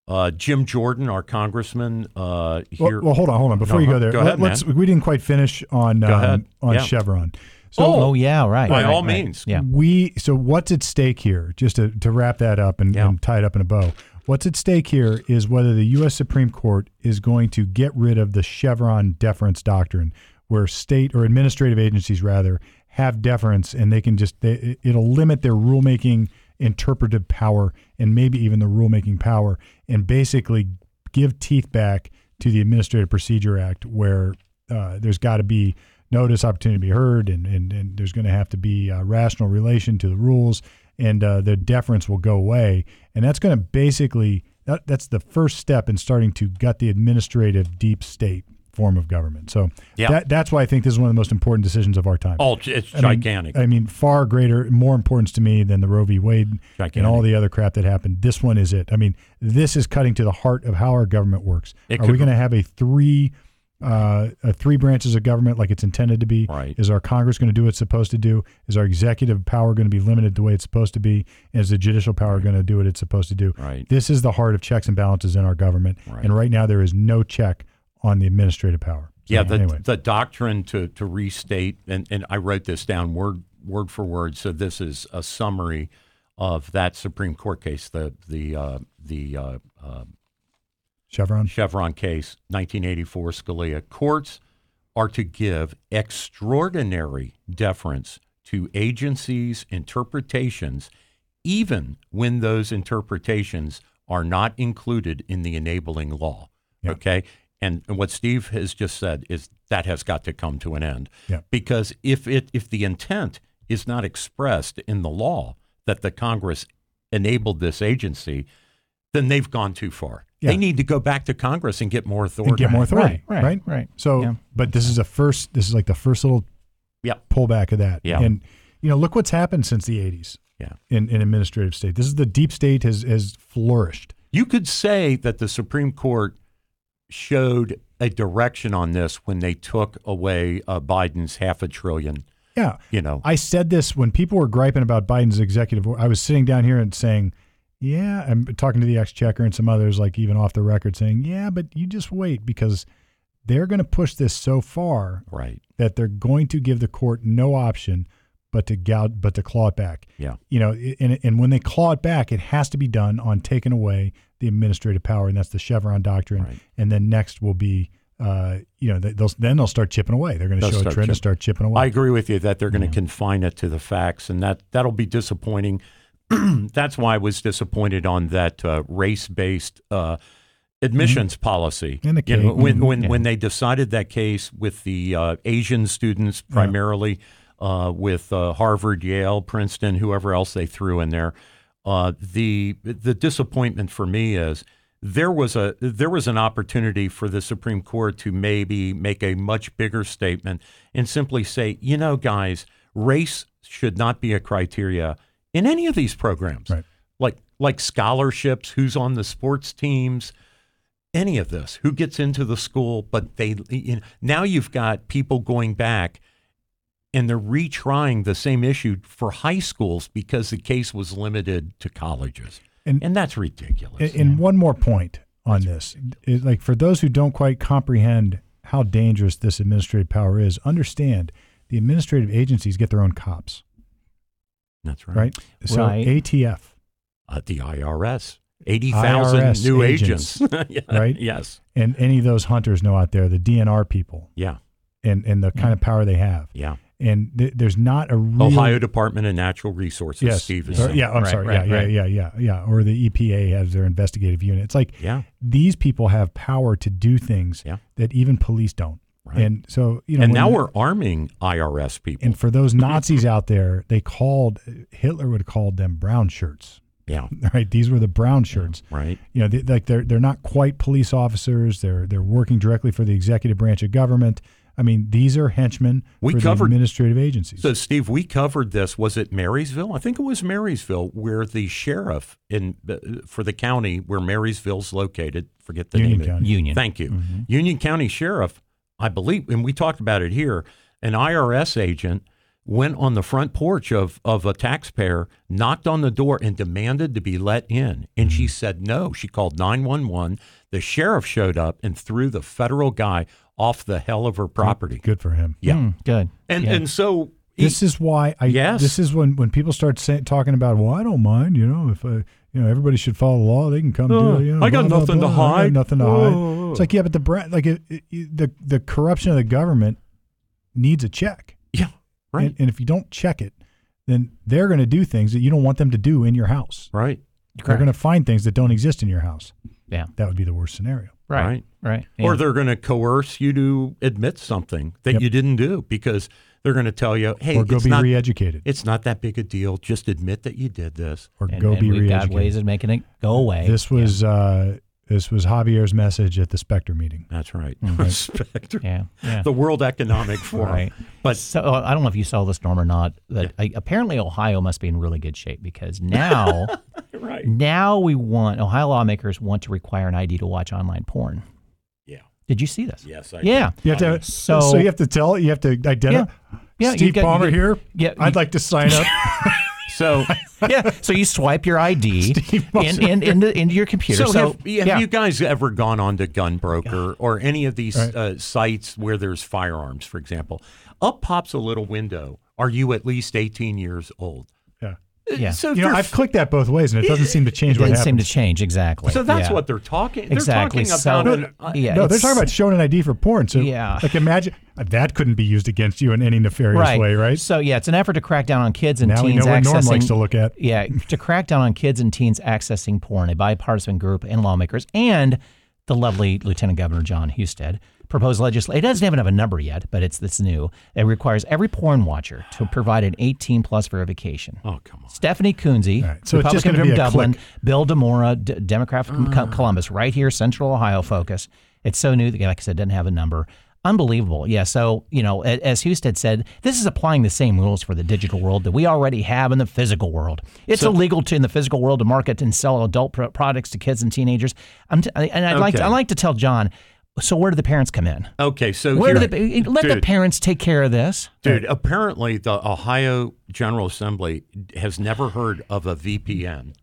S2: uh, Jim Jordan, our congressman uh,
S1: Well,
S2: here.
S1: well, hold on, hold on. Before
S2: No,
S1: you
S2: no,
S1: go there,
S2: go ahead,
S1: let's. We didn't quite finish on um,
S2: ahead.
S1: on
S2: Yeah.
S1: Chevron. So
S3: Oh, yeah, right.
S2: By
S3: right,
S2: all
S3: right.
S2: means.
S3: Yeah.
S1: we. So what's at stake here? Just to, to wrap that up and,
S2: Yeah.
S1: and tie it up in a bow. What's at stake here is whether the U.S. Supreme Court is going to get rid of the Chevron deference doctrine, where state or administrative agencies rather have deference and they can just they, it'll limit their rulemaking interpretive power and maybe even the rulemaking power and basically give teeth back to the Administrative Procedure Act, where uh, there's got to be notice, opportunity to be heard, and and, and there's going to have to be uh, rational relation to the rules, and uh, the deference will go away, and that's going to basically that, that's the first step in starting to gut the administrative deep state form of government. So
S2: Yeah.
S1: that, that's why I think this is one of the most important decisions of our time.
S2: Oh, it's- it's
S1: I mean-
S2: gigantic.
S1: I mean, far greater, more importance to me than the Roe v. Wade and all the other crap that happened. This one is it. I mean, this is cutting to the heart of how our government works.
S2: It
S1: Are
S2: could-
S1: we going to have a three, uh, a three branches of government like it's intended to be?
S2: Right.
S1: Is our Congress going to do what it's supposed to do? Is our executive power going to be limited the way it's supposed to be? And is the judicial power going to do what it's supposed to do?
S2: Right.
S1: This is the heart of checks and balances in our government. And right now, there is no check on the administrative power. So
S2: yeah, the,
S1: anyway.
S2: the doctrine to, to restate, and, and I wrote this down word word for word. So this is a summary of that Supreme Court case, the the uh, the uh, uh,
S1: Chevron.
S2: Chevron case, 1984 Scalia. Courts are to give extraordinary deference to agencies' interpretations, even when those interpretations are not included in the enabling law.
S1: Yeah.
S2: Okay. And and what Steve has just said is that has got to come to an end.
S1: Yeah.
S2: Because if it if the intent is not expressed in the law that the Congress enabled this agency, then they've gone too far.
S1: Yeah.
S2: They need to go back to Congress and get more authority.
S1: and get more authority, right?
S3: Right, right, right.
S1: So,
S3: Yeah.
S1: but this is a first. This is like the first little
S2: Yep.
S1: pullback of that.
S2: Yeah.
S1: And you know, look what's happened since the '80s
S2: Yeah.
S1: in, in administrative state. This is the deep state has has flourished.
S2: You could say that the Supreme Court showed a direction on this when they took away uh, Biden's half a trillion.
S1: Yeah.
S2: You know,
S1: I said this when people were griping about Biden's executive order. I was sitting down here and saying, "Yeah," I'm talking to the exchequer and some others, like even off the record, saying, "Yeah, but you just wait because they're going to push this so far
S2: right?
S1: that they're going to give the court no option but to gout, but to claw it back."
S2: Yeah,
S1: you know, i- and, and when they claw it back, it has to be done on taking away the administrative power, and that's the Chevron doctrine.
S2: Right.
S1: And then next will be uh, you know, they- they'll then they'll start chipping away. They're going to
S2: They'll
S1: show a
S2: start
S1: trend and
S2: chip-
S1: start chipping away.
S2: I agree with you that they're going to confine it to the facts, and that that'll be disappointing. *clears throat* That's why I was disappointed on that uh, race-based uh, admissions policy.
S1: Mm-hmm. And the
S2: You know,
S1: cake.
S2: when when when they decided that case with the uh, Asian students primarily, uh, with uh, Harvard, Yale, Princeton, whoever else they threw in there, uh, the the disappointment for me is. There was a there was an opportunity for the Supreme Court to maybe make a much bigger statement and simply say, you know, guys, race should not be a criteria in any of these programs,
S1: Right.
S2: like like scholarships, who's on the sports teams, any of this who gets into the school but they you know, now you've got people going back and they're retrying the same issue for high schools because the case was limited to colleges
S1: And-
S2: and, that's ridiculous
S1: And, and one more point on this, It- like for those who don't quite comprehend how dangerous this administrative power is, understand the administrative agencies get their own cops,
S2: that's right,
S1: right? So
S3: Right.
S1: ATF,
S2: Uh, the irs 80000
S1: IRS
S2: new
S1: agents,
S2: agents, *laughs* Yeah,
S1: *laughs* right?
S2: yes
S1: and any of those hunters know out there, the DNR people,
S2: yeah
S1: and and the kind of power they have,
S2: yeah
S1: and th- there's not a real
S2: ohio department of natural resources
S1: Yes.
S2: steve
S1: Or-
S2: is saying.
S1: yeah, I'm
S3: Right,
S1: sorry.
S3: right,
S1: yeah,
S3: right.
S1: yeah, yeah, yeah, yeah. Or the EPA has their investigative unit. It's like
S2: yeah
S1: these people have power to do things
S2: Yeah.
S1: that even police don't.
S2: Right.
S1: And so, you know,
S2: and
S1: when
S2: now
S1: you-
S2: we're arming irs people
S1: And for those Nazis out there, they called Hitler would have called them brown shirts. *laughs*
S2: yeah
S1: Right? These were the brown shirts.
S2: right
S1: You know, they, like they're they're not quite police officers. They're they're working directly for the executive branch of government. I mean, these are henchmen
S2: We
S1: for
S2: covered-
S1: the administrative agencies.
S2: So, Steve, we covered this. Was it Marysville? I think it was Marysville, where the sheriff in uh, for the county where Marysville's located. Forget the
S1: Union
S2: name. of it.
S1: County. Mm-hmm.
S3: Union.
S2: Thank you, Union County Sheriff. I believe, and we talked about it here. An IRS agent went on the front porch of of a taxpayer, knocked on the door, and demanded to be let in.
S1: Mm-hmm.
S2: And she said no. She called nine one one. The sheriff showed up and threw the federal guy off the hell of her property.
S1: Good for him.
S2: Yeah,
S3: Mm, good.
S2: and
S3: Yeah.
S2: and so.
S1: This is why I.
S2: Yes.
S1: This is when when people start say, talking about, well, I don't mind. You know, if I, you know, everybody should follow the law. They can come
S2: Uh,
S1: do. it, You know,
S2: I
S1: blah,
S2: got
S1: blah,
S2: nothing to
S1: blah, I got
S2: hide.
S1: nothing to hide.
S2: Oh.
S1: It's like yeah, but the brand, like it, it, the the corruption of the government needs a check,
S2: Yeah, right,
S1: And, and if you don't check it, then they're going to do things that you don't want them to do in your house.
S2: right,
S1: They're
S3: Correct.
S1: going to find things that don't exist in your house.
S3: yeah.
S1: That would be the worst scenario.
S3: Right. Right.
S2: Right.
S3: Yeah.
S2: or they're going to coerce you to admit something that
S1: Yep.
S2: you didn't do because they're going to tell you, "Hey,
S1: or go
S2: it's
S1: be
S2: not
S1: reeducated.
S2: it's not that big a deal. Just admit that you did this."
S1: Or
S3: and,
S1: go
S3: and
S1: be
S3: we've
S1: reeducated.
S3: got ways of making it go away.
S1: This was uh, this was Javier's message at the Spectre meeting.
S2: That's right.
S1: Mm-hmm.
S2: *laughs* Spectre.
S3: yeah. Yeah.
S2: The
S1: *laughs*
S2: World Economic Forum.
S3: Right.
S2: But
S3: So uh, I don't know if you saw this, Norm, or not. That I, apparently Ohio must be in really good shape because
S2: *laughs*
S3: now,
S2: right.
S3: now we want Ohio lawmakers want to require an ID to watch online porn.
S2: Yeah.
S3: Did you see this?
S2: Yes, I
S3: Yeah.
S1: You have to, so,
S3: So-
S1: you have to tell, you have to identify.
S3: Yeah, you
S1: Steve
S3: get-
S1: Palmer
S3: you-
S1: here.
S3: yeah,
S1: I'd
S3: you-
S1: like to sign
S3: *laughs*
S1: up. *laughs*
S2: So
S3: yeah. So you swipe your ID in, in, into, into your computer. So,
S2: So, have, have
S3: yeah.
S2: you guys ever gone on to Gunbroker or any of these
S1: Right.
S2: uh, sites where there's firearms, for example? Up pops a little window. Are you at least 18 years old?
S1: yeah.
S3: yeah.
S2: So if
S1: You know,
S2: you're
S1: I've clicked that both ways and it doesn't seem to change
S3: it
S1: what
S3: doesn't
S1: happens.
S3: seem to change exactly.
S2: So that's
S3: Yeah.
S2: what they're talking. They're
S3: exactly.
S2: talking
S3: so,
S2: about. an- uh,
S3: yeah,
S1: no, they're
S3: it's-
S1: talking about showing an ID for porn. So,
S3: Yeah.
S1: like, imagine that couldn't be used against you in any nefarious way, right?
S3: So yeah, it's an effort to crack down on kids and
S1: Now we
S3: teens
S1: know what
S3: accessing.
S1: Norm likes to look at.
S3: yeah, to crack down on kids and teens accessing porn, a bipartisan group and lawmakers and the lovely Lieutenant Governor John Husted proposed legislation. It doesn't even have a number yet, but it's this new. It requires every porn watcher to provide an 18 plus verification.
S2: Oh come on!
S3: Stephanie Kunze,
S1: right, so it's just
S3: Republican
S1: gonna be
S3: from
S1: a
S3: Dublin,
S1: click.
S3: Bill DeMora, D- Democrat from Co- Columbus, right here, Central Ohio focus. It's so new that, like I said, doesn't have a number. Unbelievable. Yeah. So, you know, a- as Husted said, this is applying the same rules for the digital world that we already have in the physical world. It's illegal to, in the physical world, to market and sell adult pro- products to kids and teenagers. I'm t- I- and I'd like to,
S2: Okay.
S3: I like to tell John, so where do the parents come in?
S2: Okay, so
S3: Where do
S2: here-
S3: the, eh, let the
S2: Dude.
S3: parents take care of this.
S2: dude? Apparently, the Ohio General Assembly has never heard of a VPN.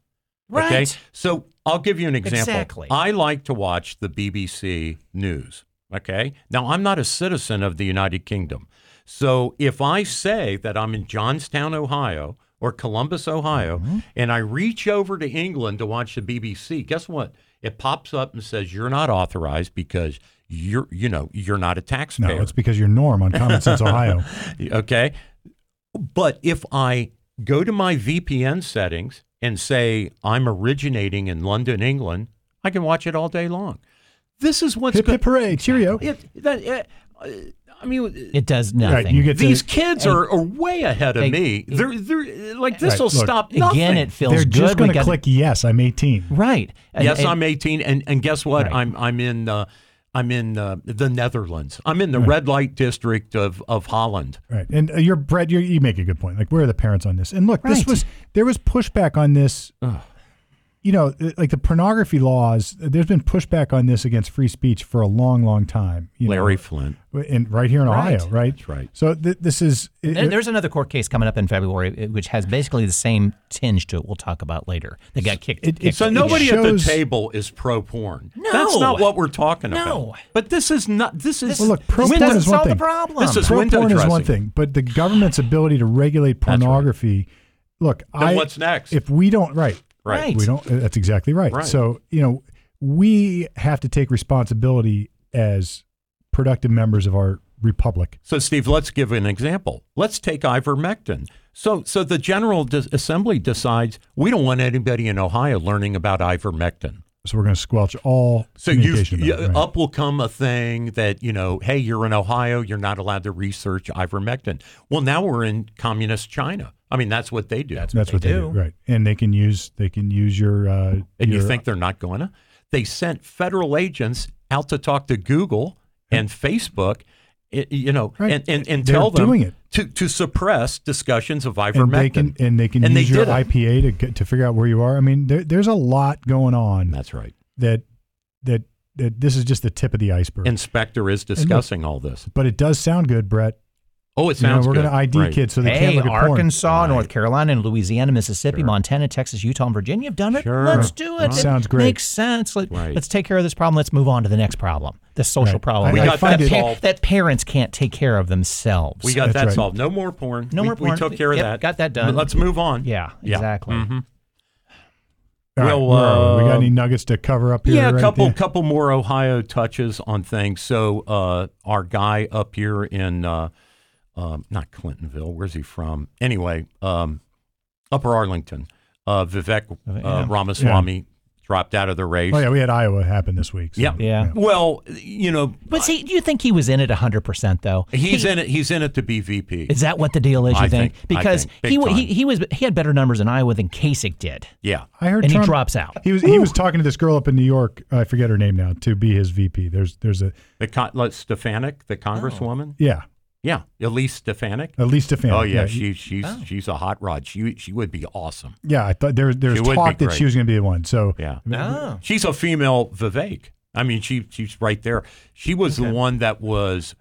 S2: Okay,
S3: Right.
S2: so I'll give you an example.
S3: Exactly.
S2: I like to watch the BBC news. Okay, now I'm not a citizen of the United Kingdom, so if I say that I'm in Johnstown, Ohio, or Columbus, Ohio, and I reach over to England to watch the BBC, guess what? It pops up and says you're not authorized because you're you know you're not a
S1: No,
S2: taxpayer.
S1: it's because you're Norm on Common
S3: *laughs*
S1: Sense Ohio.
S2: okay, but if I go to my VPN settings and say I'm originating in London, England, I can watch it all day long. This is what's
S1: hip
S2: go-
S1: hip hooray, cheerio!
S2: It, that, it, I mean,
S3: It does nothing.
S1: Right, you get
S2: these
S1: to,
S2: kids are, are way ahead of
S3: they-
S2: me. They're they're like this
S1: Right,
S2: will
S1: look,
S2: stop
S3: Again,
S2: nothing.
S3: it feels
S1: they're
S3: good.
S1: just
S3: We
S1: going to
S3: got-
S1: click yes. I'm 18.
S3: right. And-
S2: yes,
S3: and-
S2: I'm 18, and and guess what?
S3: Right.
S2: I'm I'm in uh, I'm in uh, the Netherlands. I'm in the red light district of of Holland.
S1: Right, and uh, you're Brett. You're, you make a good point. Like, where are the parents on this? And look, this
S3: Right.
S1: was there was pushback on this. You know, uh, like the pornography laws. uh, There's been pushback on this against free speech for a long, long time. You
S2: Larry Flint.
S1: know, in right here in
S3: Right.
S1: Ohio, right?
S2: That's right.
S1: So th- this is it-
S3: There- There's another court case coming up in February, uh, which has basically the same tinge to it. We'll talk about later. That got kicked.
S1: It-
S3: kicked.
S1: it's
S2: So
S1: It
S2: nobody at the
S1: shows-
S2: table is pro porn.
S3: No.
S2: that's not what we're talking
S3: No.
S2: about. But this is not. This is
S1: Well, look, pro
S3: This
S1: porn
S3: doesn't
S1: is one
S3: solve
S1: thing.
S3: the problem.
S2: This is-
S1: pro
S2: window
S1: porn is one
S2: dressing.
S1: thing, but the government's ability to regulate
S2: right.
S1: pornography. Look, I
S2: what's next?
S1: If we don't, right,
S2: right.
S3: Right.
S1: we don't. uh, That's exactly right.
S2: Right.
S1: So you know, we have to take responsibility as productive members of our republic.
S2: So, Steve, let's give an example. Let's take ivermectin. So, so the General Dis- Assembly decides we don't want anybody in Ohio learning about ivermectin.
S1: So we're going to squelch all
S2: So, you,
S1: communication. about
S2: you-
S1: it, right.
S2: up will come a thing that you know, hey, you're in Ohio, you're not allowed to research ivermectin. Well, now we're in communist China. I mean, that's what they do.
S1: That's what they, do. right? And they can use they can use your uh,
S2: and you
S1: your-
S2: think they're not going to? They sent federal agents out to talk to Google and Facebook. i- You know,
S1: Right.
S2: and, and, and
S1: They're
S2: tell them
S1: doing it.
S2: to to suppress discussions of ivermectin.
S1: and they can and they can
S2: And they
S1: use your
S2: did it.
S1: IPA to get, to figure out where you are. I mean, there, there's a lot going on.
S2: That's right.
S1: that that that this is just the tip of the iceberg.
S2: Inspector is discussing all this.
S1: but it does sound good, Brett.
S2: Oh, it
S1: You know,
S2: sounds
S1: we're
S2: good.
S1: going to ID
S2: Right.
S1: kids so they
S3: Hey,
S1: can't look at
S3: Arkansas,
S2: Right.
S3: North Carolina, and Louisiana, Mississippi, Montana, Texas, Utah, and Virginia have done it.
S2: Sure.
S3: Let's do it.
S2: Right.
S3: It
S1: Sounds great.
S3: Makes sense. Let,
S2: Right.
S3: us take care of this problem. Let's move on to the next problem, the social
S1: Right.
S3: problem.
S1: We
S3: that-
S2: got
S3: that,
S2: that
S3: pa-
S2: solved.
S3: that parents can't take care of themselves.
S2: We got
S1: That's
S2: that
S1: right.
S2: solved. No more porn.
S3: No
S2: we,
S3: more
S2: We
S3: porn.
S2: took care of
S3: Yep,
S2: that.
S3: got that done.
S2: Let's move on.
S3: yeah,
S2: Yeah.
S3: exactly.
S1: Mm-hmm. porn. All right,
S2: Well,
S1: where are we? We got
S2: uh,
S1: any nuggets to cover up here?
S2: Yeah, a
S1: right
S2: couple
S1: there?
S2: couple more Ohio touches on things. So uh, our guy up here in uh, um, not Clintonville, where's he from? Anyway, um, Upper Arlington, uh, Vivek uh,
S3: Yeah.
S2: Ramaswamy dropped out of the race.
S1: Oh yeah, we had Iowa happen this week. so-
S2: Yeah.
S3: Yeah.
S2: Well, you know,
S3: But see, do you think he was in it 100% though?
S2: he's
S3: He-
S2: in it. He's in it to be VP.
S3: Is that what the deal is? You
S2: I
S3: think?
S2: think- I
S3: Because
S2: think. Big
S3: he, wa- he
S2: time.
S3: he was he had better numbers in Iowa than Kasich did,
S2: Yeah.
S1: I heard
S3: and
S1: Trump,
S3: he drops out.
S1: He was he was talking to this girl up in New York. I forget her name now. To be his VP. There's there's a
S2: The con- like Stefanik, the congresswoman.
S1: yeah.
S2: Yeah, Elise Stefanik.
S1: At least a fan.
S2: Oh yeah,
S1: yeah.
S2: she she's she's a hot rod. She she would be awesome.
S1: yeah, I thought there there was
S2: She would be
S1: talk that
S2: great.
S1: she was going to be the one. So
S2: Yeah.
S1: Ah.
S3: Oh.
S2: She's a female Vivek. I mean, she she's right there. She was the one that was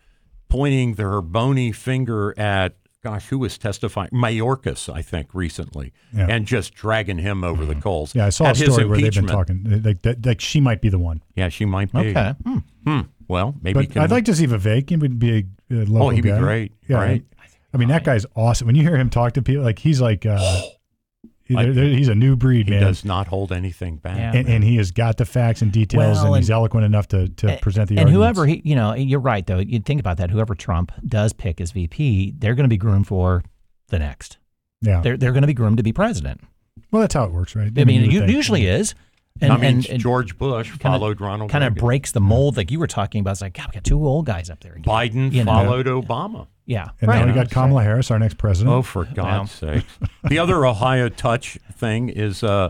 S2: pointing her bony finger at gosh, who was testifying? Mayorkas, I think, recently,
S1: Yeah.
S2: and just dragging him over the coals.
S1: yeah, I saw
S2: at
S1: a
S2: his
S1: story where they've been
S2: impeachment.
S1: talking uh, like that, like she might be the one.
S2: Yeah, she might be.
S3: Okay. Hmm.
S2: Hmm. Well, maybe.
S1: But
S2: can-
S1: I'd like to see Vivek. He would be a, a local
S2: Oh, he'd be
S1: guy.
S2: great, right?
S1: I mean, that guy's awesome. When you hear him talk to people, like he's like, uh, he-
S2: I-
S1: there- there- he's a new breed,
S2: He
S1: man.
S2: does not hold anything back.
S3: Yeah.
S1: And, and he has got the facts and details,
S3: Well,
S1: and,
S3: and-
S1: he's eloquent enough to, to present the
S3: and
S1: arguments.
S3: whoever he, you know, you're right though. You think about that. Whoever Trump does pick as VP, they're going to be groomed for the next.
S1: yeah.
S3: They're they're going to be groomed to be president.
S1: Well, that's how it works, right?
S3: I mean, it
S1: you
S3: u-
S1: would think.
S3: usually is, and
S2: I mean,
S3: and,
S2: George Bush followed Ronald
S3: kind of
S2: Reagan.
S3: breaks the mold like you were talking about. It's like God, we got two old guys up there. Again.
S2: Biden
S3: you know.
S2: followed Obama.
S3: Yeah,
S1: And
S3: right.
S1: now we
S2: Yeah.
S1: got Kamala Harris, our next president.
S2: Oh, for God's sake! The other Ohio touch thing is, uh,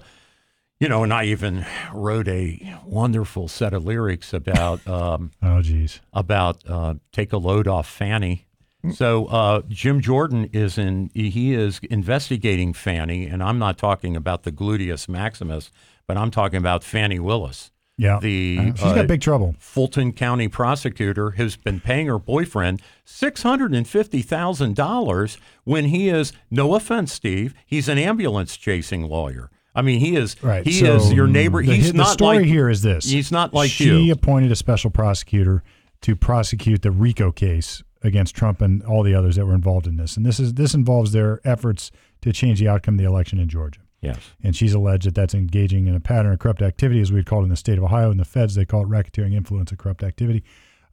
S2: you know, and I even wrote a wonderful set of lyrics about um,
S1: Oh, geez.
S2: about uh, take a load off Fanny. So uh, Jim Jordan is in. He is investigating Fanny, and I'm not talking about the gluteus maximus, but I'm talking about Fanny Willis,
S1: Yeah.
S2: The,
S1: Uh, she's
S2: uh,
S1: got big trouble.
S2: Fulton County prosecutor, who's been paying her boyfriend six hundred and fifty thousand dollars when he is no offense, Steve, he's an ambulance chasing lawyer. I mean, he is
S1: Right.
S2: he
S1: so
S2: is your neighbor.
S1: The,
S2: he's
S1: the
S2: not
S1: story
S2: like
S1: here is this.
S2: he's not like
S1: she
S2: you.
S1: appointed a special prosecutor to prosecute the RICO case against Trump and all the others that were involved in this. And this is this involves their efforts to change the outcome of the election in Georgia.
S2: Yes.
S1: And she's alleged that that's engaging in a pattern of corrupt activity, as we'd call it in the state of Ohio. In the feds, they call it racketeering influence of corrupt activity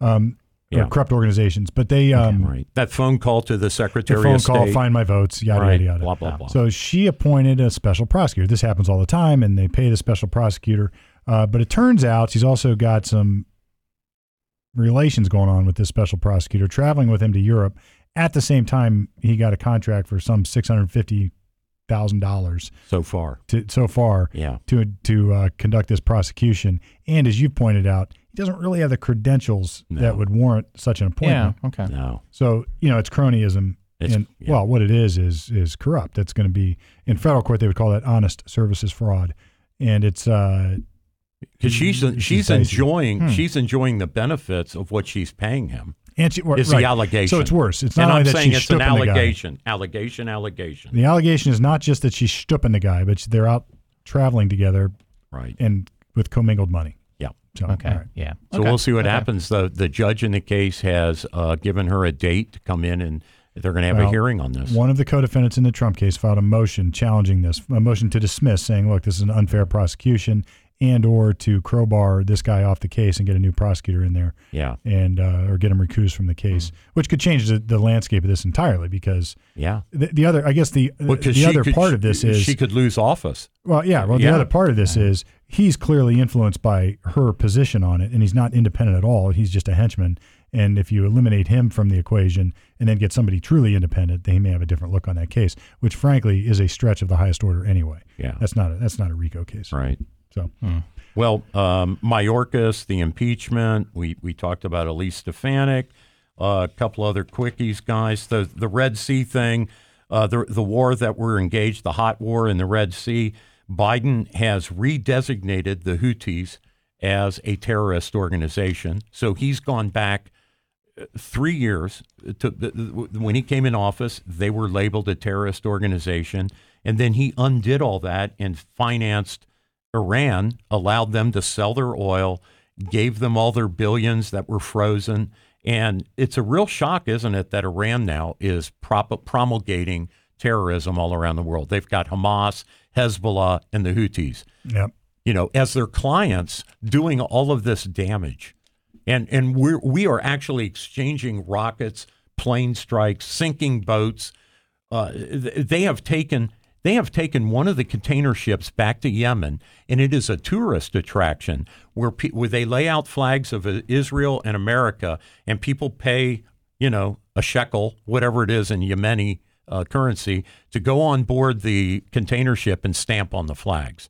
S1: um,
S2: Yeah.
S1: or corrupt organizations. But they, um,
S2: Right. That phone call to the
S1: the
S2: Secretary
S1: phone
S2: of State.
S1: call, find my votes, yada,
S2: right.
S1: yada, yada.
S2: Blah, blah, blah.
S1: So she appointed a special prosecutor. This happens all the time, and they pay the special prosecutor. Uh, but it turns out she's also got some relations going on with this special prosecutor, traveling with him to Europe. At the same time, he got a contract for some six hundred fifty thousand dollars
S2: so far.
S1: so far
S2: Yeah.
S1: to to uh, conduct this prosecution. And as you pointed out, he doesn't really have the credentials
S2: No.
S1: that would warrant such an appointment.
S3: Yeah. Okay.
S2: No.
S1: So you know, it's cronyism,
S2: It's-
S1: and
S2: yeah.
S1: well, what it is is is corrupt. That's going to be in federal court. They would call that honest services fraud, and it's uh,
S2: Because she's
S1: She's
S2: she's
S1: dicey.
S2: enjoying
S1: Hmm.
S2: she's enjoying the benefits of what she's paying him.
S1: and she,
S2: Is
S1: right.
S2: the allegation?
S1: So it's worse. It's not
S2: and
S1: only
S2: I'm
S1: that
S2: saying
S1: she's
S2: it's an
S1: stooping the guy.
S2: allegation, allegation, allegation.
S1: The allegation is not just that she's stooping the guy, but they're out traveling together
S2: Right.
S1: and with commingled money.
S2: Yeah.
S1: So,
S3: Okay.
S1: all right.
S3: Yeah.
S2: So
S3: okay.
S2: we'll see what
S3: Okay.
S2: happens. The the judge in the case has uh, given her a date to come in, and they're going to have a
S1: Well,
S2: hearing on this.
S1: One of the co-defendants in the Trump case filed a motion challenging this, a motion to dismiss, saying, "Look, this is an unfair prosecution," and or to crowbar this guy off the case and get a new prosecutor in there,
S2: yeah,
S1: and uh, or get him recused from the case,
S2: Hmm.
S1: which could change the, the landscape of this entirely. Because
S2: yeah.
S1: the, the other, I guess the
S2: Well, 'cause
S1: the
S2: she
S1: other
S2: could-
S1: part of this is
S2: she could lose office.
S1: well, yeah. Well, the
S2: Yeah.
S1: other part of this is he's clearly influenced by her position on it, and he's not independent at all. He's just a henchman. And if you eliminate him from the equation and then get somebody truly independent, they may have a different look on that case, which frankly is a stretch of the highest order anyway.
S2: Yeah.
S1: That's not a, that's not a RICO case.
S2: Right. Hmm.
S1: So
S2: Well, um, Mayorkas, the impeachment. We we talked about Elise Stefanik, uh, a couple other quickies, guys. The the Red Sea thing, uh, the the war that we're engaged, the hot war in the Red Sea. Biden has redesignated the Houthis as a terrorist organization, so he's gone back three years to, when he came in office, they were labeled a terrorist organization. And then he undid all that and financed Iran, allowed them to sell their oil, gave them all their billions that were frozen. And it's a real shock, isn't it, that Iran now is prop- promulgating terrorism all around the world. They've got Hamas, Hezbollah, and the Houthis
S1: yeah,
S2: you know, as their clients doing all of this damage. And and we're we are actually exchanging rockets, plane strikes, sinking boats. Uh, th- they have taken they have taken one of the container ships back to Yemen, and it is a tourist attraction where pe- where they lay out flags of uh, Israel and America, and people pay you know a shekel, whatever it is in Yemeni uh, currency, to go on board the container ship and stamp on the flags.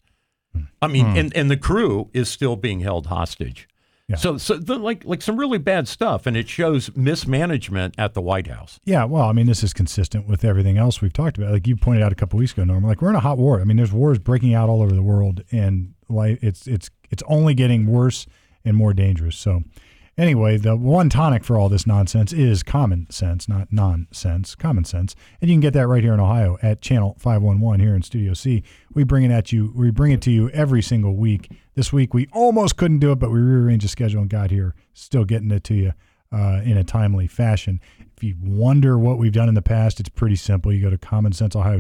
S2: I mean, and, and the crew is still being held hostage.
S1: Hmm. Yeah.
S2: So, so the, like, like some really bad stuff, and it shows mismanagement at the White House.
S1: yeah. Well, I mean, this is consistent with everything else we've talked about. Like you pointed out a couple weeks ago, Norm. Like we're in a hot war. I mean, there's wars breaking out all over the world, and like it's it's it's only getting worse and more dangerous. So, anyway, the one tonic for all this nonsense is common sense, not nonsense. Common sense, and you can get that right here in Ohio at Channel Five One One here in Studio C. We bring it at you. We bring it to you every single week. This week we almost couldn't do it, but we rearranged the schedule and got here. Still getting it to you uh, in a timely fashion. If you wonder what we've done in the past, it's pretty simple. You go to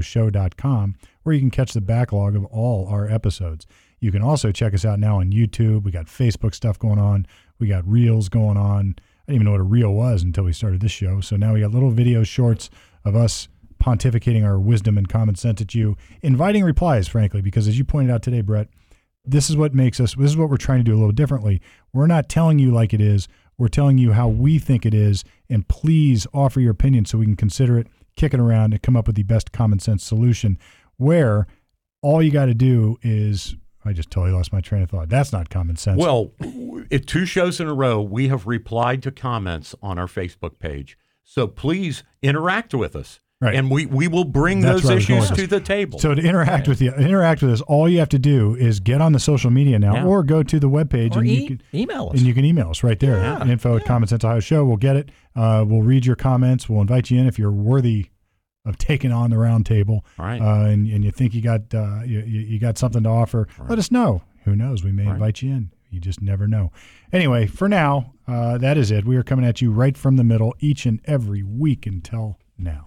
S1: commonsenseohioshow.com where you can catch the backlog of all our episodes. You can also check us out now on YouTube. We got Facebook stuff going on. We got reels going on. I didn't even know what a reel was until we started this show. So now we got little video shorts of us pontificating our wisdom and common sense at you, inviting replies, frankly, because as you pointed out today, Brett, this is what makes us this is what we're trying to do a little differently we're not telling you like it is we're telling you how we think it is and please offer your opinion so we can consider it kick it around and come up with the best common sense solution where all you got to do is i just totally lost my train of thought that's not common sense
S2: Well, it, two shows in a row, we have replied to comments on our Facebook page. So please interact with us,
S1: Right.
S2: and we, we will bring
S1: That's
S2: those
S1: where I was going
S2: issues
S1: with
S2: to the table.
S1: so to interact with you interact with us all you have to do is get on the social media now
S2: Yeah.
S1: or go to the webpage
S3: Or
S1: and
S3: e-
S1: you can
S3: email us.
S1: And you can email us right there.
S2: Yeah,
S1: Info at Common Sense Ohio Show. We'll get it. Uh, we'll read your comments. We'll invite you in if you're worthy of taking on the round table.
S2: All right.
S1: Uh, and, and you think you got uh, you, you you got something to offer, let us know. Who knows? We may invite you in. You just never know. Anyway, for now, uh, that is it. We are coming at you right from the middle each and every week until now.